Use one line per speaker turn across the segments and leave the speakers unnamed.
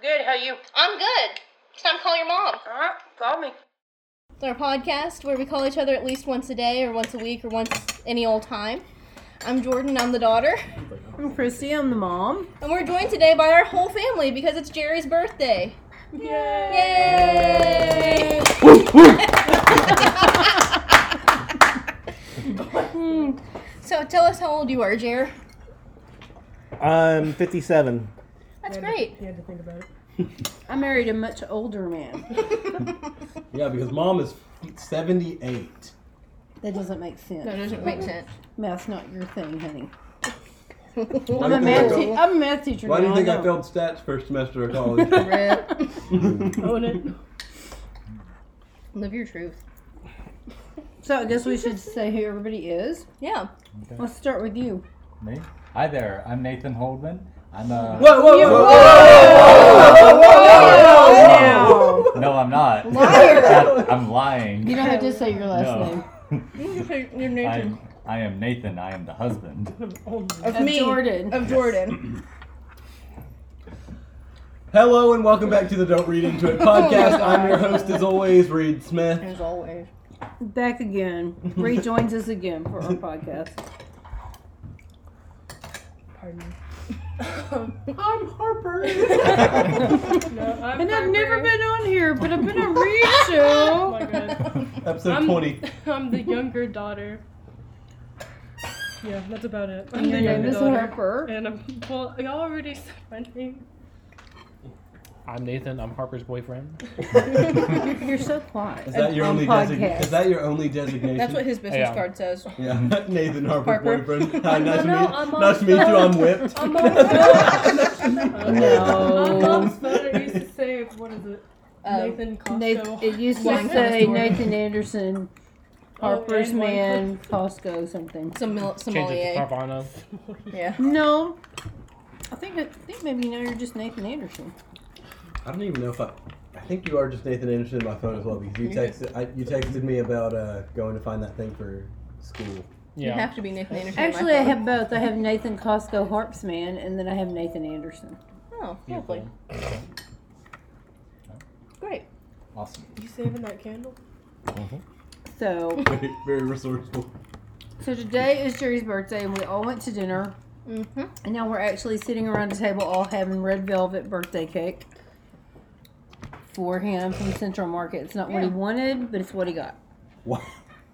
Good, how you?
I'm good. It's time to call your mom.
Alright, call me.
It's our podcast where we call each other at least once a day or once a week or once any old time. I'm Jordan, I'm the daughter.
I'm Christy, I'm the mom.
And we're joined today by our whole family because it's Jerry's birthday. Yay! so tell us how old you are, Jer.
I'm 57.
That's great.
You had to think about it. I married a much older man.
Yeah, because mom is 78.
That doesn't make sense.
That doesn't make sense.
Math's not your thing, honey.
Why
I'm
do
a
you think I
math,
failed-
te- I'm a math teacher.
Why do you
now,
think
I
I
know.
failed stats first semester of college?
Rip.
Own it.
Live your truth.
So I guess we should say who everybody is.
Yeah.
Let's start with you.
Me? Hi there, I'm Nathan Holdman. I'm a.
whoa, whoa, whoa,
Oh,
No, I'm not. I'm lying.
You don't have to say your last
No.
name.
Your
I'm, I am Nathan. I am the husband.
Of
Of
me.
Jordan.
Of Jordan.
Hello and welcome back to the Don't Read Into It podcast. I'm your host, as always, Reed Smith.
As always.
Back again. Rejoins us again for our podcast.
I'm Harper.
And I've never been on here, but I've been on Reed's show.
Episode 20.
I'm the younger daughter. Yeah, that's about it. I'm
Your
the
name
younger
is
daughter.
Harper.
And I'm well, y'all already said my name.
I'm Nathan. I'm Harper's boyfriend.
You're so quiet.
Is that your
On
only
podcast.
designation? Is that your only designation?
That's what his business
Yeah.
card says.
yeah, Nathan Harper's
Harper.
boyfriend. Hi, nice to
no,
meet
I'm
you. Nice to meet you. I'm whipped.
I'm on
No.
Um, My mom's daughter used to say, what is it? Um,
Um,
Nathan Costco.
Nathan, it used to
Wine
say
connoisseur.
Nathan Anderson, Harper's
and wine
Man, Costco, something.
Some mil-
Change it
sommelier.
to Carvana.
Yeah.
No, I think I think maybe now you're just Nathan Anderson.
I don't even know if I. I think you are just Nathan Anderson in my phone as well because you texted I, you texted me about uh, going to find that thing for school.
You
Yeah.
have to be Nathan Anderson. in my
Actually, I
phone.
have both. I have Nathan Costco Harps Man, and then I have Nathan Anderson.
Oh, lovely. Great.
Awesome.
You saving that candle?
So,
Very, very resourceful.
so today is Jerry's birthday, and we all went to dinner.
Mm-hmm.
And now we're actually sitting around a table, all having red velvet birthday cake for him from Central Market. It's not what he
Yeah.
wanted, but it's what he got.
Wow.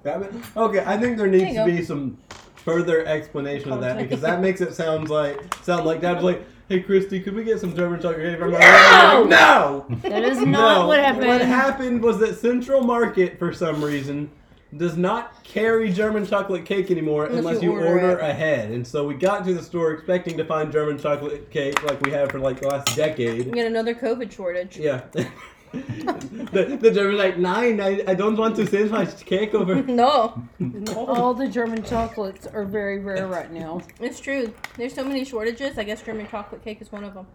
That ma- okay, I think there needs
There you
to be some further explanation of that because that makes it sounds like sound like Dad's like, hey Christy, could we get some German chocolate cake from no! Like, no,
That is not
no.
what happened.
What happened was that Central Market, for some reason, does not carry German chocolate cake anymore unless, you, order, ahead. And so we got to the store expecting to find German chocolate cake like we have for like the last decade.
We got another COVID shortage.
Yeah. the, the German like nine. I, I don't want to send my cake over.
No,
All the German chocolates are very rare right now.
it's true. There's so many shortages. I guess German chocolate cake is one of them.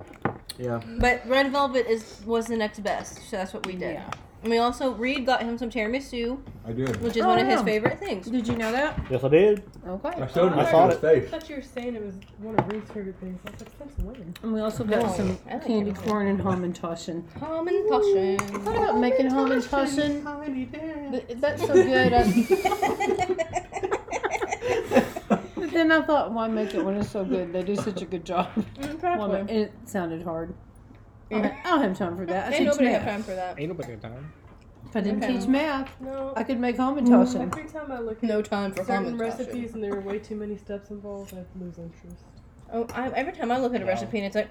Yeah.
But red velvet is was the next best, so that's what we did.
Yeah.
And we also Reed got him some tiramisu,
I did.
which is
Oh,
one of his
yeah.
favorite things.
Did you know that?
Yes, I did.
I
Okay.
showed him.
I saw
I saw his
I
face.
thought you were saying it was one of Reed's favorite things. I was like, that's lame.
And we also got
Oh,
some
I like
candy
it.
corn and hamantaschen.
Tom and Toshin.
Thought about making hamantaschen. Th- That's so good. I- but then I thought, why make it when it's so good? They do such a good job. Why ma-
Probably.
and it sounded hard. I don't- I don't have time for that. I
Ain't
teach
nobody have
math.
time for that.
Ain't nobody got time.
If I didn't
Okay.
teach math,
No.
I could make hamantaschen.
Every time I look at
No time for
certain
common
recipes and there were way too many steps involved, I lose interest.
Oh, I, every time I look at a recipe and it's like,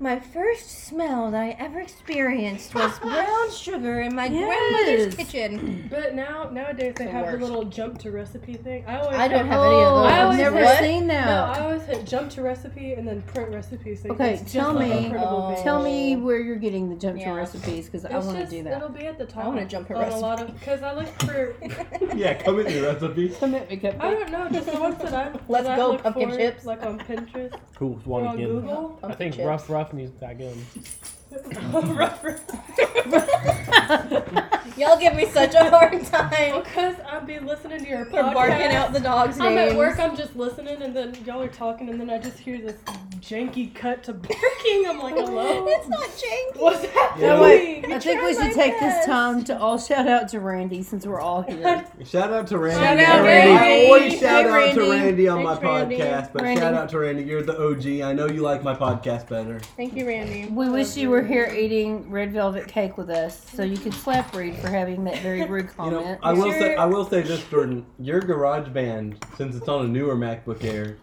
my first smell that I ever experienced was brown sugar in my grandmother's
Yes.
kitchen.
But now nowadays they
The
have
worst.
the little jump to recipe thing. I always
I don't
hit-
have any of
Oh,
those.
I
I've
always
never
what?
seen
No,
that.
I always hit jump to recipe and then print recipe. So
Okay,
it's
tell
just like a
me-
printable page.
Tell me where you're getting the jump
Yeah.
to recipes
Oh,
because I
It's
want to
just-
do that.
It'll be at the top.
wanna jump to
on
recipe.
a lot of because I look for.
Yeah, come in your recipe.
Commit me, Cupcake.
I don't know, just the ones that I that
Let's
I
go,
look
pumpkin
for,
chips.
like on Pinterest
Who's
or
one
on
again?
Google.
I think Rough Rough needs back in.
Rough, rough.
Y'all give me such a hard time
because I'll be listening to your
for
podcast.
barking out the dog's
I'm
names.
at work. I'm just listening, and then y'all are talking, and then I just hear this janky cut to barking. I'm like, hello?
It's not janky.
What's happening?
Yeah.
I think we
tried
should
my
take this
best.
time to all shout out to Randy since we're all here.
Shout out to Randy.
Shout out
I
Randy.
always shout
Hey,
out to
Randy.
Randy on
Thanks,
my
Randy.
podcast, but
Randy.
shout out to Randy. You're the OG. I know you like my podcast better.
Thank you, Randy.
We wish you were here eating red velvet cake with us so you could slap Reed for having that very rude
You know,
comment.
I will say
Your-
I will say this, Jordan. Your garage band, since it's on a newer MacBook Air,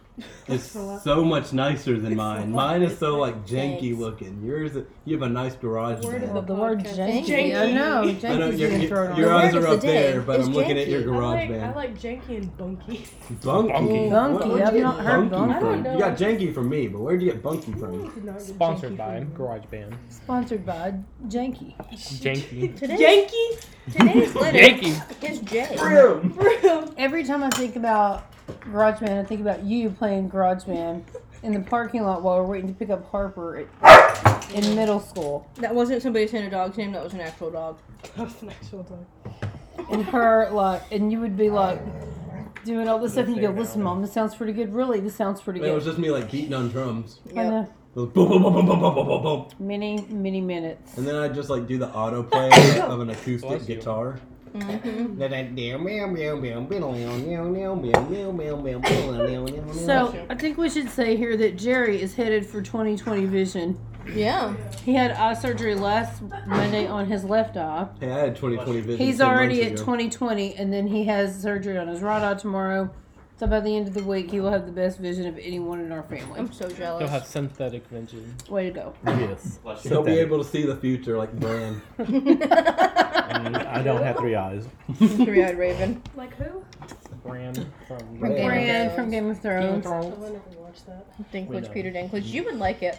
is so much nicer than mine. Mine is so like janky
Thanks.
looking. Yours you have a nice garage
Word
band.
of
Well, the word
Podcast.
janky.
Janky.
I know.
I know
Janky's
your,
being thrown
your,
on.
your
The
eyes
word
are
of
up
the day
there, but
is
I'm looking at your
janky.
I
garage
like, I
band.
like janky and bunky.
Bunky.
Bunky.
What- where'd
I've
you get
not heard
bunky
bunky.
from?
I don't
You got janky from me, but where'd you get bunky from?
Did not get janky
Sponsored by
from
GarageBand.
Sponsored by Janky.
Janky.
me.
Today's,
Yankee?
today's letter
Janky.
is J.
Brim.
Bro.
Every time I think about GarageBand, I think about you playing GarageBand in the parking lot while we're waiting to pick up Harper at, in middle school.
That wasn't somebody saying a dog's name. That was an actual dog.
That's an actual dog.
and her like and you would be like doing all this stuff and you go listen mom this sounds pretty good really this sounds pretty
Man, it was
good
just me like beating on drums.
kind of
It was boom, boom, boom, boom, boom, boom, boom, boom, boom.
many many minutes
And then I just like do the autoplay of an acoustic
Bless you.
guitar.
Mm-hmm. so i think we should say here that jerry is headed for 2020 vision
Yeah.
he had eye surgery last monday on his left eye
Hey, I had 2020 vision.
he's
10
already at
months ago.
2020 and then he has surgery on his right eye tomorrow so by the end of the week he will have the best vision of anyone in our family
I'm so
He'll
jealous.
have synthetic vision.
way to go
Yes.
So he'll be able to see the future like Bran.
And I don't have three eyes.
Three-eyed raven.
Like who?
Brand from
Game
Brand.
of
Brand
Thrones.
from game of
Game of
thrones
I
Thrones.
never watched that.
We know.
Dinklage, Peter Dinklage. You would like it.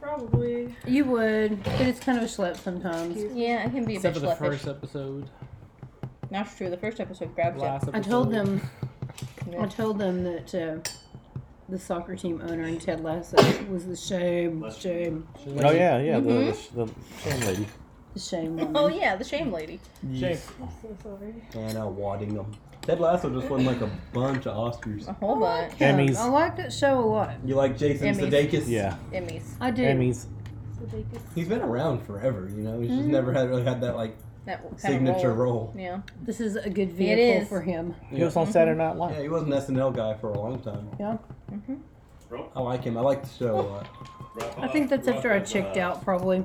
Probably.
you would but it's kind of a schlep sometimes
Yeah, it can be a
Except
bit
for
schleppish.
the first episode.
That's true. The first episode grabs it.
Last
I
episode.
told them.
Yeah.
I told them that uh, the soccer team owner in Ted Lasso was the shame, shame,
Oh yeah, yeah. The, the, the same lady.
the shame woman.
Oh yeah, the shame lady.
Jank.
I'm so sorry.
Anna Waddingham. Ted Lasso just won like a bunch of Oscars.
A whole bunch.
Yeah,
Emmys.
I like that show a lot.
You like Jason
Emmys.
Sudeikis?
Yeah.
Emmys.
I do.
Emmys.
So they could
He's been around forever, you know. He's just never had really had that like
That kind
signature
of Mm-hmm. role.
role.
Yeah.
This is a good
It
vehicle
is.
for him.
He was on Saturday Night
Yeah,
Live.
he was an SNL guy for a long time.
Yeah.
Mm-hmm.
I like him. I like the show a lot.
I think that's after I
uh,
checked out, probably.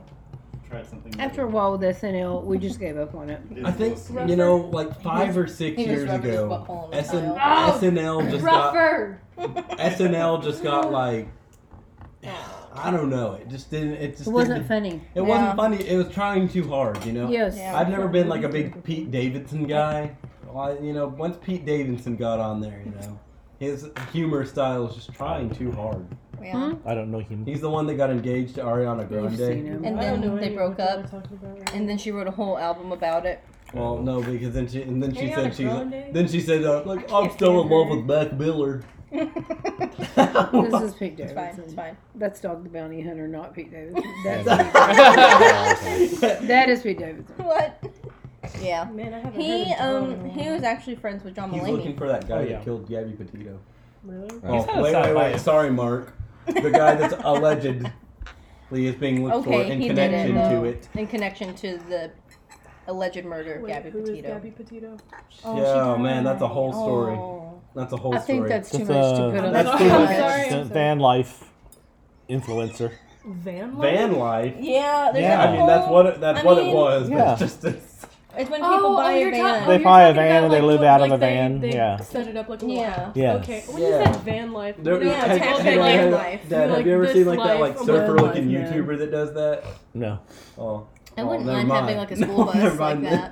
Tried something
After a while with SNL, we just gave up on it.
I think you know, like five or six
He was
years
rubbing his
ago,
butthole in the
SN-
tile. Oh,
SNL just
Ruffer!
got
Oh!
SNL just got like I don't know. It just didn't. It just
It wasn't
didn't-
funny.
It
Yeah.
wasn't funny. It was trying too hard. You know.
Yes.
Yeah.
I've never been like a big Pete Davidson guy. Well, you know, once Pete Davidson got on there, you know, his humor style is just trying too hard.
Yeah.
Hmm?
I don't know him.
He's the one that got engaged to Ariana
You've seen
Grande.
him.
And
I don't know
then they
any of
broke
what y'all
up.
are talking about right
And then she wrote a whole album about it.
Well, no, because then she and then she
Ariana
said she's
Grande?
then she said uh, like I'm still in love with Mac Miller.
this is Pete
it's
Davidson.
fine. It's fine.
That's Dog the Bounty Hunter, not Pete Davidson. That's,
That's
that is Pete Davidson.
What? Yeah.
now. Man, I haven't
He
heard of John
um
in a
he
while.
was actually friends with John
He's looking
Mulaney.
for that guy
Oh, yeah.
that killed Gabby Petito.
Really?
Oh,
had a
wait, wait,
sci-fi.
wait. Sorry, Mark. The guy that's allegedly is being looked for
Okay,
in
he did it
connection
though,
to it.
in connection to the alleged murder of
Wait,
Gabby
who is
Petito.
Gabby Petito?
Oh,
yeah,
she
oh, man, that's a
cried.
whole story.
Oh.
That's a whole
I
story.
think that's too
That's,
much to
uh,
put on
that's
the
too
podcast.
much.
sorry, I'm
Van-
sorry.
Van life influencer.
Van Life?
Van life.
Yeah, there's
Yeah.
like a
I mean, that's
whole-
what it, that's
I
what it
mean-
was. But
Yeah.
it's just this.
It's when
Oh,
people
oh,
buy
you're
a
talking-
van.
oh,
They
you're
buy a
talking
van and they
like,
live
what-
out of
like
a
they-
van,
they
yeah.
Set it up like a
Yeah.
lab.
Yeah.
Okay. When you
Yeah.
said van life, you
There-
know,
Yeah,
I
have-
it's
told
have you
like
ever-
van
you,
life.
Dad,
You're
have you ever
like,
seen
this
like that like
life,
surfer looking
van life, man.
YouTuber that does that?
No.
Oh,
I wouldn't
well, never
mind, having
mind.
like a school
No,
bus
never
like
mind.
that.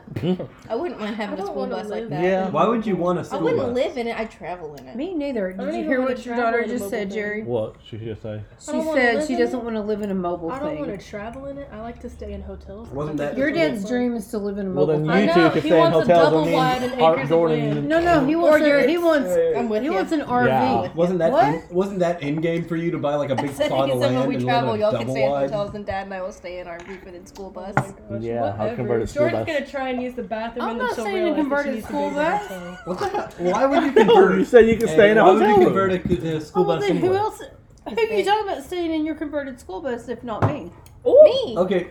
I wouldn't mind
I
having a
don't
school
wanna
bus like
live
that.
Yeah.
Why would you want a
I
school
wouldn't
bus?
live in it. I'd travel in it.
Me neither.
don't
Did you
even
hear
wanna
what your
travel
daughter
in a
just
mobile
said,
van.
Jerry?
What should you say?
She
don't wanna
said
live
she
in it.
doesn't want to live in a mobile
I don't want
thing.
to travel in it. I like to stay in hotels.
Wasn't that-
Your dad's dream is to live in a
Well,
mobile
then
I
you
know,
two could
he
stay in
wants a
hotels
double
and me
wide
and
and acres
Hart
of
Jordan.
land.
and-
No, no, he wants
your-
a, he wants
I'm with
he
you.
wants an RV.
Yeah.
Wasn't that
What?
in- wasn't that in game for you to buy like a big
Said
plot of
because
land
when we
and
travel,
live in a
y'all can
double
stay in
wide?
hotels, and Dad and I will stay in our roof and in school bus.
Gosh,
Yeah, I'll
whatever.
convert a school
Jordan's
bus.
gonna try and use the bathroom
I'm
and then
not
she'll
saying to
realize that
convert
she
a
needs to
school
be in a
bus.
hotel.
What the hell? Why would you
You
convert?
said you could stay in a
why would
hotel
you
room.
convert a, a school
Oh,
bus
then who
anyway?
else? Who you talk about staying in your converted school bus if not me?
Me.
Okay,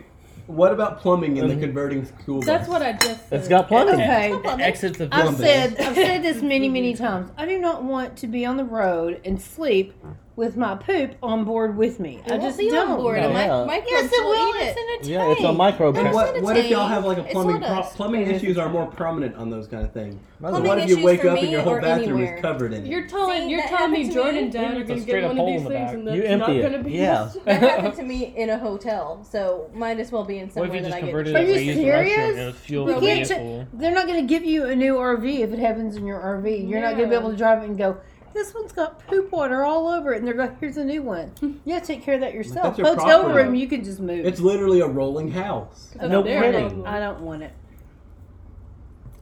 what about plumbing
Um,
in the converting school? bus?
That's what I just said.
It's got plumbing.
Okay.
Exits the
I've
Plumbing.
said I've said this many many times. I do not want to be on the road and sleep with my poop on board with me. I
It
just
won't be
don't.
on board.
No,
It might-
yeah.
microbes
Yes, it will.
eat
It's
it.
Yeah, it's a micro
And
That's
plant.
what,
not a
what if y'all
tank.
have like a
It's
plumbing
not
pro-
us.
plumbing
It is.
issues are more prominent on those kind of things? So
Plumbing
what if you
issues
wake
for
up and
me
your whole
or
bathroom
anywhere.
is covered in it?
You're telling
See,
you're
that
telling me
happened to
Jordan
me.
Dad are
It's a
gonna
straight
get
up
one of
hole
these
in the
things
back.
and
You
that's not
empty
gonna
it.
be
Yeah.
That happened to me in a hotel, so might as well be in
What if
somewhere
you
that
just
I get.
converted
Are
it
you
to a used restroom
serious?
and it was fueled
You
with
can't
vehicle?
They're not going to give you a new RV if it happens in your RV. You're not going to be
No.
able to drive it and go. This one's got poop water all over it, and they're going, "Here's a new one." You have to take care of that yourself.
that's your
Hotel
property.
room, you can just move.
it's literally a rolling house.
No
there
I
it
kidding.
is.
don't, I don't want it.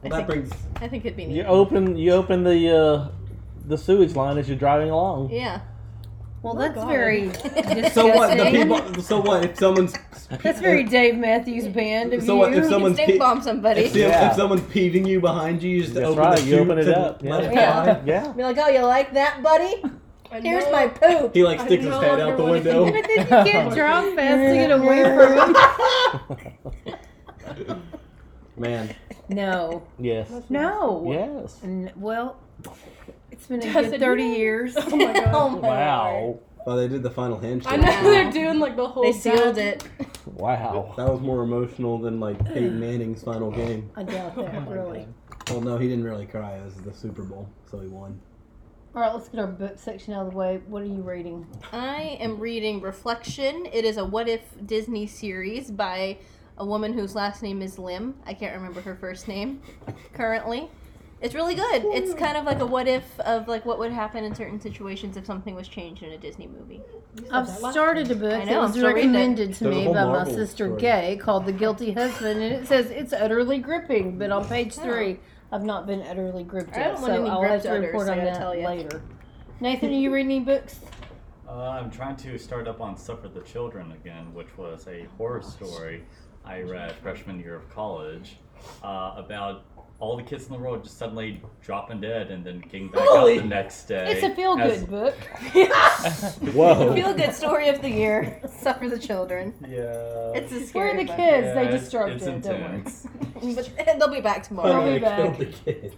Well, that brings
I think it'd be neat.
You open you open the uh, the sewage line as you're driving along.
Yeah.
Well,
Oh,
that's
God.
very disgusting.
so what the people so what if someone's
That's very Dave Matthews Band of
So
you.
what if someone- Someone's
Someone's
pe-
stink bomb somebody.
if, some-
Yeah.
if someone's peeving you behind you, you just
That's
open
right,
the
you open
chute
it
and
up,
Let
yeah.
it
Yeah.
fly.
Yeah.
Be like, oh, you like that, buddy?
I
Here's
know-
my poop.
He like
I
sticks his
no
head
longer
out the
wanna
window.
But then you can't drive fast to get away from it.
Man,
No.
Yes.
No.
Yes.
N- well, it's been a
Does
good
it do
30
that?
years.
Oh my god.
Oh my lord.
Wow.
well they did the final handshake.
I know they're doing like the whole.
They sealed
dad-
it.
Wow.
That was more emotional than like Peyton Manning's final game.
I doubt
Oh
that, really.
Well, no, he didn't really cry. It was the Super Bowl, so he won.
All right, let's get our book section out of the way. What are you reading?
I am reading Reflection. It is a what if Disney series by a woman whose last name is Lim. I can't remember her first name currently. It's really good. It's kind of like a what if of like what would happen in certain situations if something was changed in a Disney movie.
I've started a book
I
that
know, I'm
was
still reading it.
recommended to
There's a
me
whole
by my
Marvel
sister
story.
Gay called The Guilty Husband, and it says it's utterly gripping, but on page three, I've not been utterly gripped
I
yet,
don't
so
want any
I'll
gripped
have to
udders,
report
I
on
gotta
that
tell ya.
later. Nathan, are you reading any books?
Uh, I'm trying to start up on Suffer the Children again, which was a horror story I read freshman year of college uh, about all the kids in the world just suddenly dropping dead and then getting back
Holy-
up the next day.
It's a feel
as-
good book.
Whoa.
Oh.
Feel good story of the year. Suffer the children.
Yeah.
It's a
Where are
scary
the
book.
kids?
Yeah,
they
it's-
disturbed
it's
it. Don't worry.
intense.
But eh, they'll be back tomorrow.
I'll be
They
back.
killed the kid.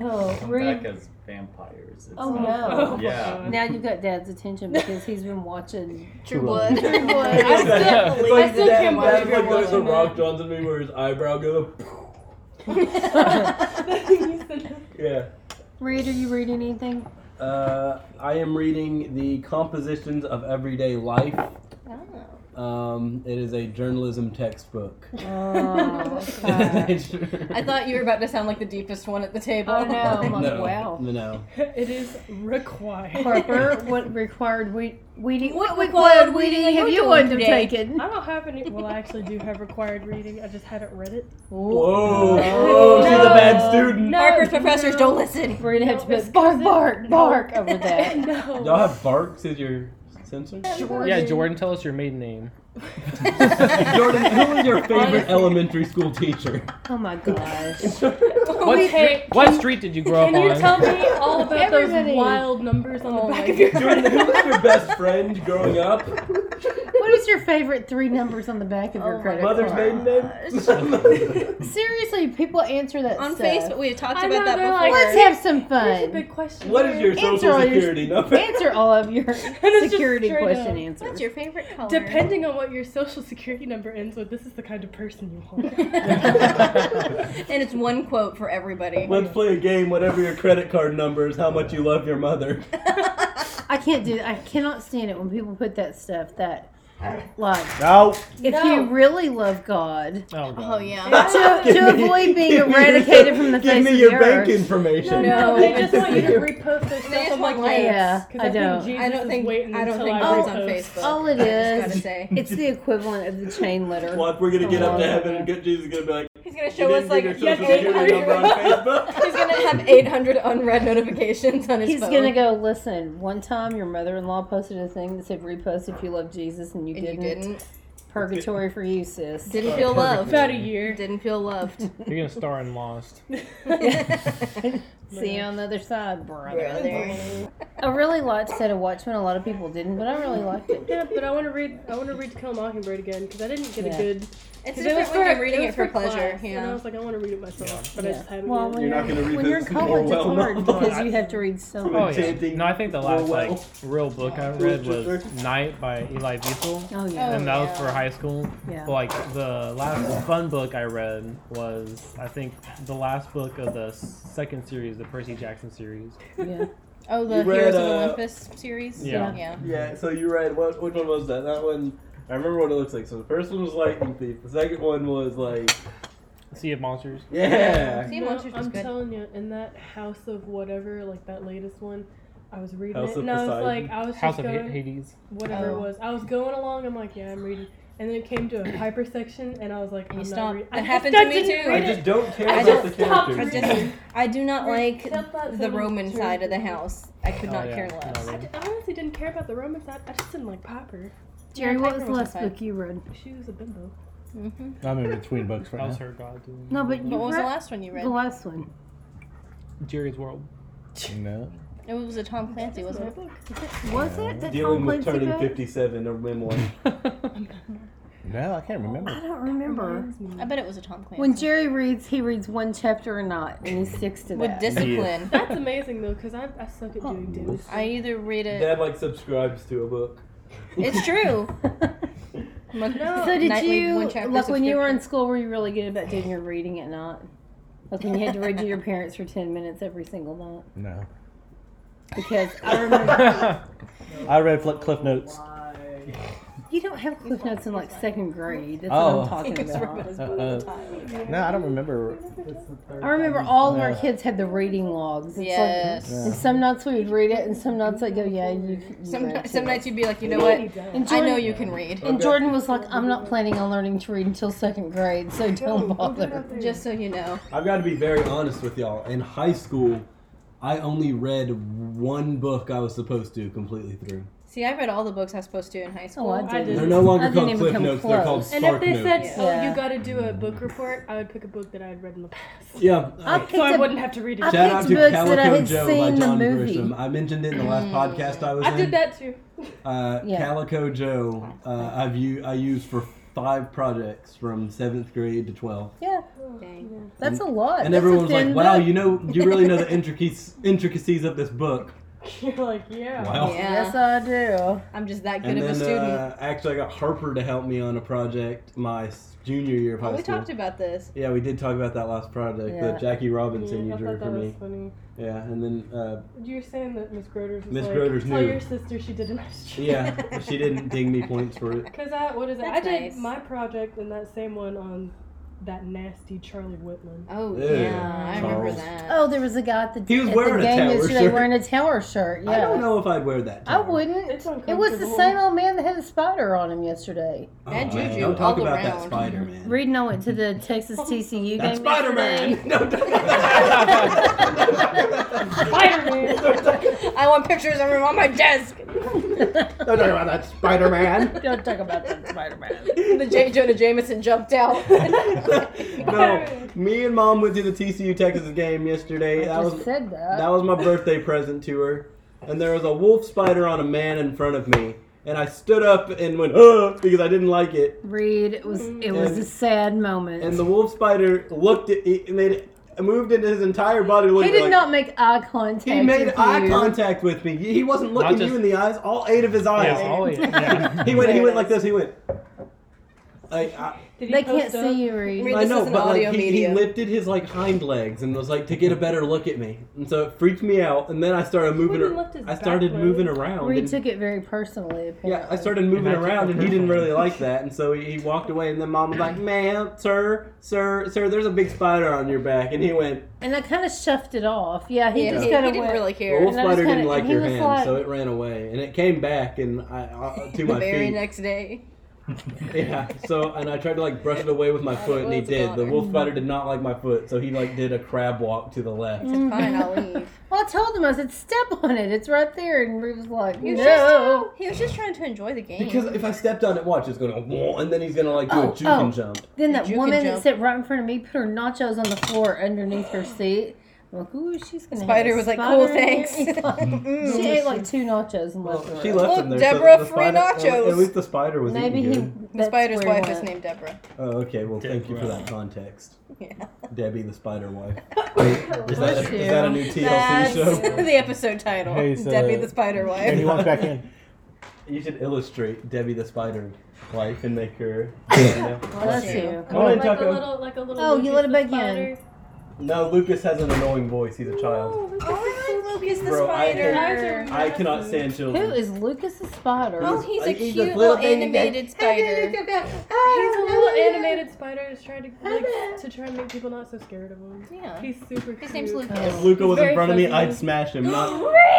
Oh,
Come back
read.
as vampires. It's
Oh,
not
no.
fun.
my
Yeah.
God.
Now you've got Dad's attention because he's been watching.
True blood.
True Blood.
I still
It's
believe
like the
that.
can't believe
That's
you're
like the- the
watching
Rock
that.
Johnson movie where his eyebrow goes. Yeah.
Read, are you reading anything?
Uh, I am reading the compositions of everyday life.
Oh.
Um, it is a journalism textbook.
Oh, okay.
I thought you were about to sound like the deepest one at the table.
oh no. I'm like,
no,
wow.
no.
It is required.
Harper, what required we weeding?
What required weeding are
have
you
you
doing today?
undertaken?
I don't have any. Well, I actually do have required reading. I just haven't read it.
Whoa! Whoa! She's a bad student.
Harper's professors don't listen.
We're gonna have to
No,
put bark, bark, bark over
Oh,
that.
No.
Y'all have barks as your censor?
Yeah, Jordan, tell us your maiden name.
Jordan, who was your favorite elementary school teacher?
Oh my gosh.
What, street, what street did you grow up
Can you
on?
tell me all about
Everybody.
those wild numbers
Oh
on the back of your
Jordan, who was your best friend growing up?
What is your favorite three numbers on the back of your credit
Mother's
card?
maiden name?
Seriously, people answer that
On
stuff.
Facebook, we had talked
I
about
know,
that
they're
before.
like,
Let's have some
Here's a
fun.
big question.
what is your
Answer
social
all your-
security number?
Answer all of your
just
security
straight
question
up.
answers.
What's your favorite color?
Depending on what your social security number ends with, this is the kind of person you are.
and it's one quote for everybody.
Let's play a game. Whatever your credit card number is, how much you love your mother.
I can't do. I cannot stand it when people put that stuff. That like,
No.
if you really love God,
Oh, God.
Oh yeah.
to, to
me-
avoid being
give me your-
eradicated from the face
Give me
of
your
the
bank
earth.
information.
No,
they just want you to repost
They
their stuff.
just
I'm
want
like,
likes.
Yeah, I
because I,
don't.
Think Jesus
I don't
is
think
waiting
I don't
until
think
I
Jordan's on
repost.
Facebook.
All it
I just gotta
is,
say.
it's the equivalent of the chain letter.
Well, if we're gonna get up to heaven and get Jesus, is gonna be like,
He's gonna
you
show us
didn't
like
give your social security number on
800.
Facebook.
He's gonna have 800 unread notifications on his
He's
phone.
gonna go. Listen, one time your mother-in-law posted a thing that said "repost if you love Jesus" and you,
and you
didn't.
didn't.
Purgatory for you, sis.
Didn't feel loved.
About a year.
Didn't feel loved.
You're going to star in Lost.
See you on the other side, brother.
Brother.
I really liked Set of Watchmen. A lot of people didn't, but I really liked it.
Yeah, but I want to read. I want to read To Kill a Mockingbird again because I didn't get
Yeah.
a good.
It's
'cause it
different when
was for-
you're reading it
was
for pleasure.
class, And I
Yeah.
was like, I want to read it myself, but I
Yeah.
just haven't.
Well,
yet.
when
You're
you're,
not going to read
when you're
this
in college, it's
Orwell
hard
novels.
because you have to read so
From a
much.
Oh yeah.
Enchanting
No, I think the last like
Orwell.
real book I read was Night by Eli Wiesel.
Oh yeah.
and that
yeah.
was for high school.
Yeah.
But like the last fun book I read was I think the last book of the second series, the Percy Jackson series.
yeah.
Oh, the
You read,
Heroes of
uh,
Olympus series.
Yeah.
Yeah.
Yeah, so you read what? Which one was that? That one. I remember what it looks like. So the first one was Lightning Thief. The second one was like,
Sea of Monsters.
yeah.
Sea
No,
Monsters was
I'm
good.
telling you, in that House of whatever, like that latest one, I was reading
House
it,
of
and I was
Poseidon.
like, I was
House
just
of
going,
H- Hades.
whatever
Oh.
it was. I was going along. I'm like, yeah, I'm reading. And then it came to a Piper section, and I was like,
And you
I'm not
stopped.
reading.
That happened to me too.
I just don't care
I
about the
just
characters.
I
reading.
just, I do not like
Except that
the
someone
Roman
turned
side of the
around.
house. I could
Oh,
not
yeah.
care
No,
less.
they-
I, d- I honestly didn't care about the romance. I, I just didn't like Piper.
Jerry, what was
Piper
the
was
last
okay.
book you read?
She was a bimbo.
hmm
I'm in between books
That
Uh-huh.
right
was
now.
her god. dude.
No, but you
What was
read
the last one you read?
the last one.
Jerry's World.
No.
It was a Tom Clancy, wasn't it?
Was it that
Dealing
Tom
with
Clancy
turning
read?
57 or memoir.
No, I can't
I
remember.
don't remember.
I bet it was a Tom Clancy.
When Jerry reads, he reads one chapter a night, and he sticks to
With
that.
discipline.
That's amazing though, because I, I suck at doing dudes.
I either read it.
Dad like subscribes to a book.
It's true. Mon-
so did
nightly
you
one chapter
like when you were in
subscription.
school? Were you really good about doing your reading at night? Like when you had to read to your parents for ten minutes every single night?
No.
Because I remember
I read Fl- Cliff Notes.
you don't have cliff notes in like second grade. That's
Oh.
what I'm talking
It's
about.
Roman's
Uh,
book all the
uh,
time.
No, I don't remember.
I remember all of our
Yeah.
kids had the reading logs. It's
Yes.
like and some nights we would read it, and some nights I'd go, yeah, you. you
Some,
read
some
too."
nights you'd be like, you know what?
And
I
Jordan,
know you can read.
And Jordan was like, I'm not planning on learning to read until second grade, so don't bother.
Just so you know.
I've got to be very honest with y'all. In high school, I only read one book I was supposed to completely through.
See, I read all the books I was supposed to in high school.
Oh, I
I
did.
They're
didn't.
no
I
longer
didn't
called
even
Cliff
come
Notes,
close.
they're called
And
Spark
if they
Notes.
said, "Oh,
Yeah.
you got to do a book report," I would pick a book that I had read in the past,
yeah.
I
uh,
picked
so I
a-
wouldn't have to read it.
I
Shout out
picked
to
books
Calico
that I had
Joe
seen
by
the
John
movie. Mm.
Grisham. I mentioned it in the last podcast I was
I
in.
did that too.
Uh,
Yeah.
Calico Joe, uh, I've u- I used for five projects from seventh grade to 12th.
Yeah,
Dang.
that's a lot. That's
And
a
everyone was like,
thin
wow,
book.
you know, you really know the intricacies, intricacies of this book.
You're like, yeah.
Wow.
Yes,
Yeah,
I do.
I'm just that good
And
of a
then
student.
uh, actually, I got Harper to help me on a project my s- junior year of high
oh, we
school.
talked about this.
yeah, we did talk about that last project
Yeah.
that Jackie Robinson
Yeah,
you
I
drew
thought
for
that was
me.
funny.
Yeah, and then uh,
You're saying that Miss Groder's was
Miss
like,
Groder's
tell
new."
your sister she did a nice job.
yeah, she didn't ding me points for it.
Cause I what is that?
That's
I did
nice.
my project and that same one on that nasty Charlie Whitman.
Oh,
Yeah,
yeah, I remember
Charles.
that.
Oh, there was a guy at the,
He was
at
wearing a
the game
tower
yesterday
shirt.
wearing a tower shirt. Yeah.
I don't know if I'd wear that.
I
Tyler.
wouldn't.
It's uncomfortable.
It was the same old man that had a spider on him yesterday.
Bad
Oh, man,
juju
Don't talk
all
about that
around.
Spider Man.
Reed and I went to the Texas TCU
That's
game.
Spider Man.
yesterday.
No, don't-
Spider-Man.
I want pictures of him on my desk.
don't talk about that Spider Man.
Don't talk about that Spider Man.
The J. Jonah Jameson jumped out.
no, me and mom went to the TCU Texas game yesterday. That was
Just said that.
That was my birthday present to her. And there was a wolf spider on a man in front of me. And I stood up and went, ugh, because I didn't like it.
Reed, it was it was a sad moment.
And the wolf spider looked at it and made moved into his entire body.
he
looking
did
like,
not make eye contact.
He made
with
eye
you.
contact with me. He wasn't looking
just-
you in the eyes. All eight of his eyes.
oh, Yeah, always. Yeah.
He went. He went like this. He went. Like, I,
Did he
They
post
can't
up?
see you, Reed.
Reed-
I
this
know,
is an
but like
audio
he, he
medium.
lifted his like hind legs and was like to get a better look at me, and so it freaked me out. And then I started moving.
wouldn't lift his
I started
back leg.
moving around.
Reed
and-
took it very personally. Apparently.
Yeah, I started moving
And I
around,
took
and
the
he didn't
first one.
really like that, and so he, he walked away. And then mom was like, "Ma'am, sir, sir, sir, there's a big spider on your back." And he went,
And I kind of shoved it off. Yeah, he
yeah,
just
he, he
kind of
didn't
went.
really
"The
care.
wolf
And I just
spider didn't
kinda-
like
and he
your
was
hand,
like-
so it ran away." And it came back, and I uh, to
the
my
very
feet.
next day.
Yeah. So, and I tried to like brush it away with my foot, and he
was a
did. The
bother.
wolf spider did not like my foot, so he like did a crab walk to the left.
Mm.
I said, fine, I'll leave.
Well, I told him I said, "Step on it. It's right there." And Reed was like,
He was,
"No."
just, he was just trying to enjoy the game.
Because if I stepped on it, watch, it's gonna, "Whoa," and then he's gonna like do a
Oh,
juke
oh.
and jump.
Then that
You can
woman that
jump.
sat right in front of me put her nachos on the floor underneath her seat. Like, ooh, she's gonna.
Spider
have a
was like, cool,
spider."
thanks.
Mm.
she ate like two nachos and left.
Well,
the
she
rest.
left
Look,
them there.
Deborah,
the
free
spider-
nachos.
At least the spider was
Maybe
eating
he.
good.
The
that's
spider's
where he
wife is
went.
named Deborah.
Oh, okay. Well, thank you for
Deborah.
that context.
Yeah.
Debbie the spider wife. Is that, a, is that a new TLC
That's
show?
the episode title.
Hey, so-
Debbie the Spider
And he
Wife.
walks back in.
You should illustrate Debbie the spider wife and make her. you know.
Bless
Bless you.
you.
Come on, in,
like a
Taco.
little, like a little.
Oh, you
Lucas
let it
the
back in.
Spider.
No, Lucas has an annoying voice. He's a child.
Oh, Lucas the
Bro, I-
Spider.
I cannot stand
Who
children.
is Lucas the spider?
Oh, he's a
Like, he's
cute
a little
little
baby guy.
animated spider.
He's
Oh,
a little animated spider. Is trying to like, to try and make people not so scared of him.
Yeah.
He's super.
His
cute.
name's Lucas.
If Luca was in
Very
front of me,
fuzzy.
I'd smash him. Not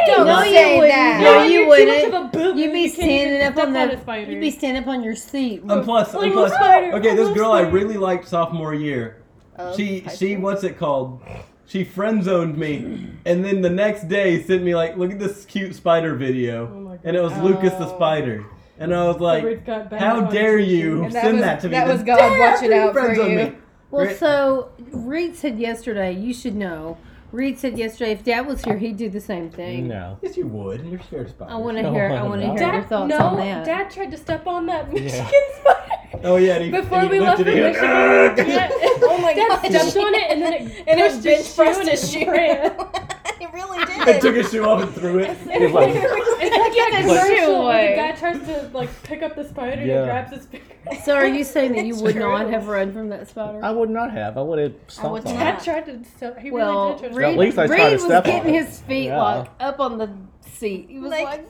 Don't
no, you
say
wouldn't.
that.
No,
Yeah,
you
you're too much
wouldn't.
of a boob.
You'd be
You can't even
standing up
step
on
a
the.
spider.
You'd be standing up on your seat.
And plus,
Like
and
a
plus,
spider,
okay,
a
this
little
girl I
spider.
really liked sophomore year.
Oh,
She she what's it called? She friend zoned me, and then the next day sent me like, look at this cute spider
Oh
video,
my God.
and it was Lucas the
Oh.
spider, and I was like,
Edward's got bad
how
on
dare
his shoes.
you
And that
send
was-
that to me?
that
The
was God
day
watching
after you
out for
friend-zoned
you.
me.
Well,
Right.
so Reed said yesterday, you should know. Reed said yesterday, if Dad was here, he'd do the same thing.
No.
Yes, you would. and You're scared of spiders.
I want to
No,
hear.
I
I
don't
want to
know.
hear
Dad,
your thoughts
no,
on that.
Dad tried to step on that Michigan spider
Oh yeah. And he,
before
and he
we
looked
left for
at it,
Michigan. Yeah.
Oh my
Dad
god.
stepped on it and then it
and
pushed
it
his
bitch
shoe
pressed
and it
his shoe.
ran.
it really
and
did.
took his shoe off and threw it.
It's
like-
like that
Like-
commercial where
Shoe.
the guy tries to like pick up the spider and
Yeah.
and grabs his finger.
So are you saying that you
It's
would
true.
not have run from that spider?
I would not have. I would have stomped
would
on
not.
it.
Dad tried to. So he
well,
really did try to.
Reed,
At least I
Reed
tried to
was
step on
getting
it.
his feet
Yeah.
like up on the seat. He was
Like,
like,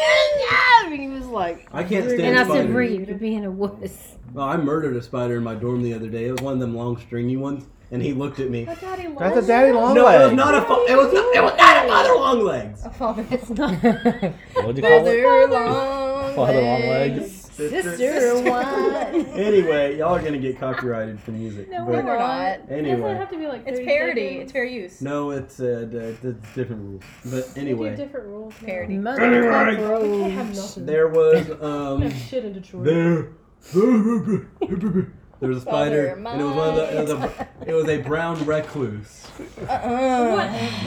"Yeah!" and he was like,
I can't stand
and I
spiders.
said, Reed, you're being a wuss.
Well, I murdered a spider in my dorm the other day. It was one of them long stringy ones, and he looked at me.
I thought he
That's
lost
a daddy long
No, it was
leg.
not a. Fo- it was not. It was not a father long legs.
Father
What'd you call it?
long
Father long
legs.
legs.
Sister one.
Anyway, y'all are gonna get copyrighted for music.
No,
No,
but
we're not.
It doesn't
anyway,
have to be like.
It's
30
parody.
seconds.
It's fair use.
no, it's uh, d- d- it's different rules. But
We do
anyway,
different rules. now.
Parody.
Mother
We
cockroach.
can't have nothing.
there was
We don't
um
have shit in Detroit.
there there was a spider, and it was one of the it was a, it was a brown recluse.
Uh-uh.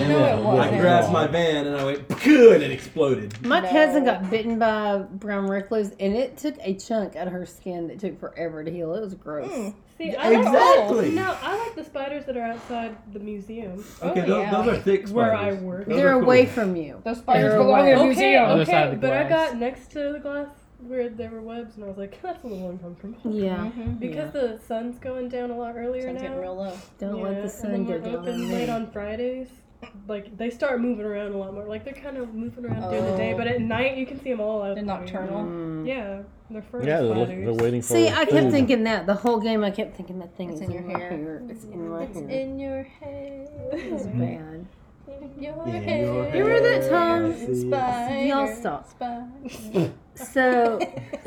No, it
I
wasn't.
grabbed my van and I went good and it exploded.
My
No.
cousin got bitten by a brown recluse, and it took a chunk out of her skin that took forever to heal. It was gross.
See,
Yeah,
I like,
exactly.
No, I like the spiders that are outside the museum.
Okay,
Oh,
those,
yeah.
those are thick spiders.
Where I work.
Those
They're
are cool.
away from you.
Those
spiders belong in a
Okay,
Other
okay,
side of the
but I
glass.
got next to the glass where there were webs, and I was like, that's a little uncomfortable.
Yeah.
Mm-hmm.
Because the sun's going down a lot earlier
Sun's
now.
getting real low.
Don't let
Yeah,
the sun
and
go
then we're
down
open
on
late
me.
on Fridays. Like they start moving around a lot more. Like they're kind of moving around during the day,
Oh.
but at night you can see them all out.
They're
there.
nocturnal.
Yeah, they're fur
Yeah, they're,
spiders.
they're waiting for
See, I kept
food.
thinking that the whole game. I kept thinking that thing
It's
is
in your
my
hair.
It's in my hair.
In your head.
It's bad.
In your
In
head.
your
Remember that
head,
time?
I see it.
Spider.
Y'all stop.
Spider.
So,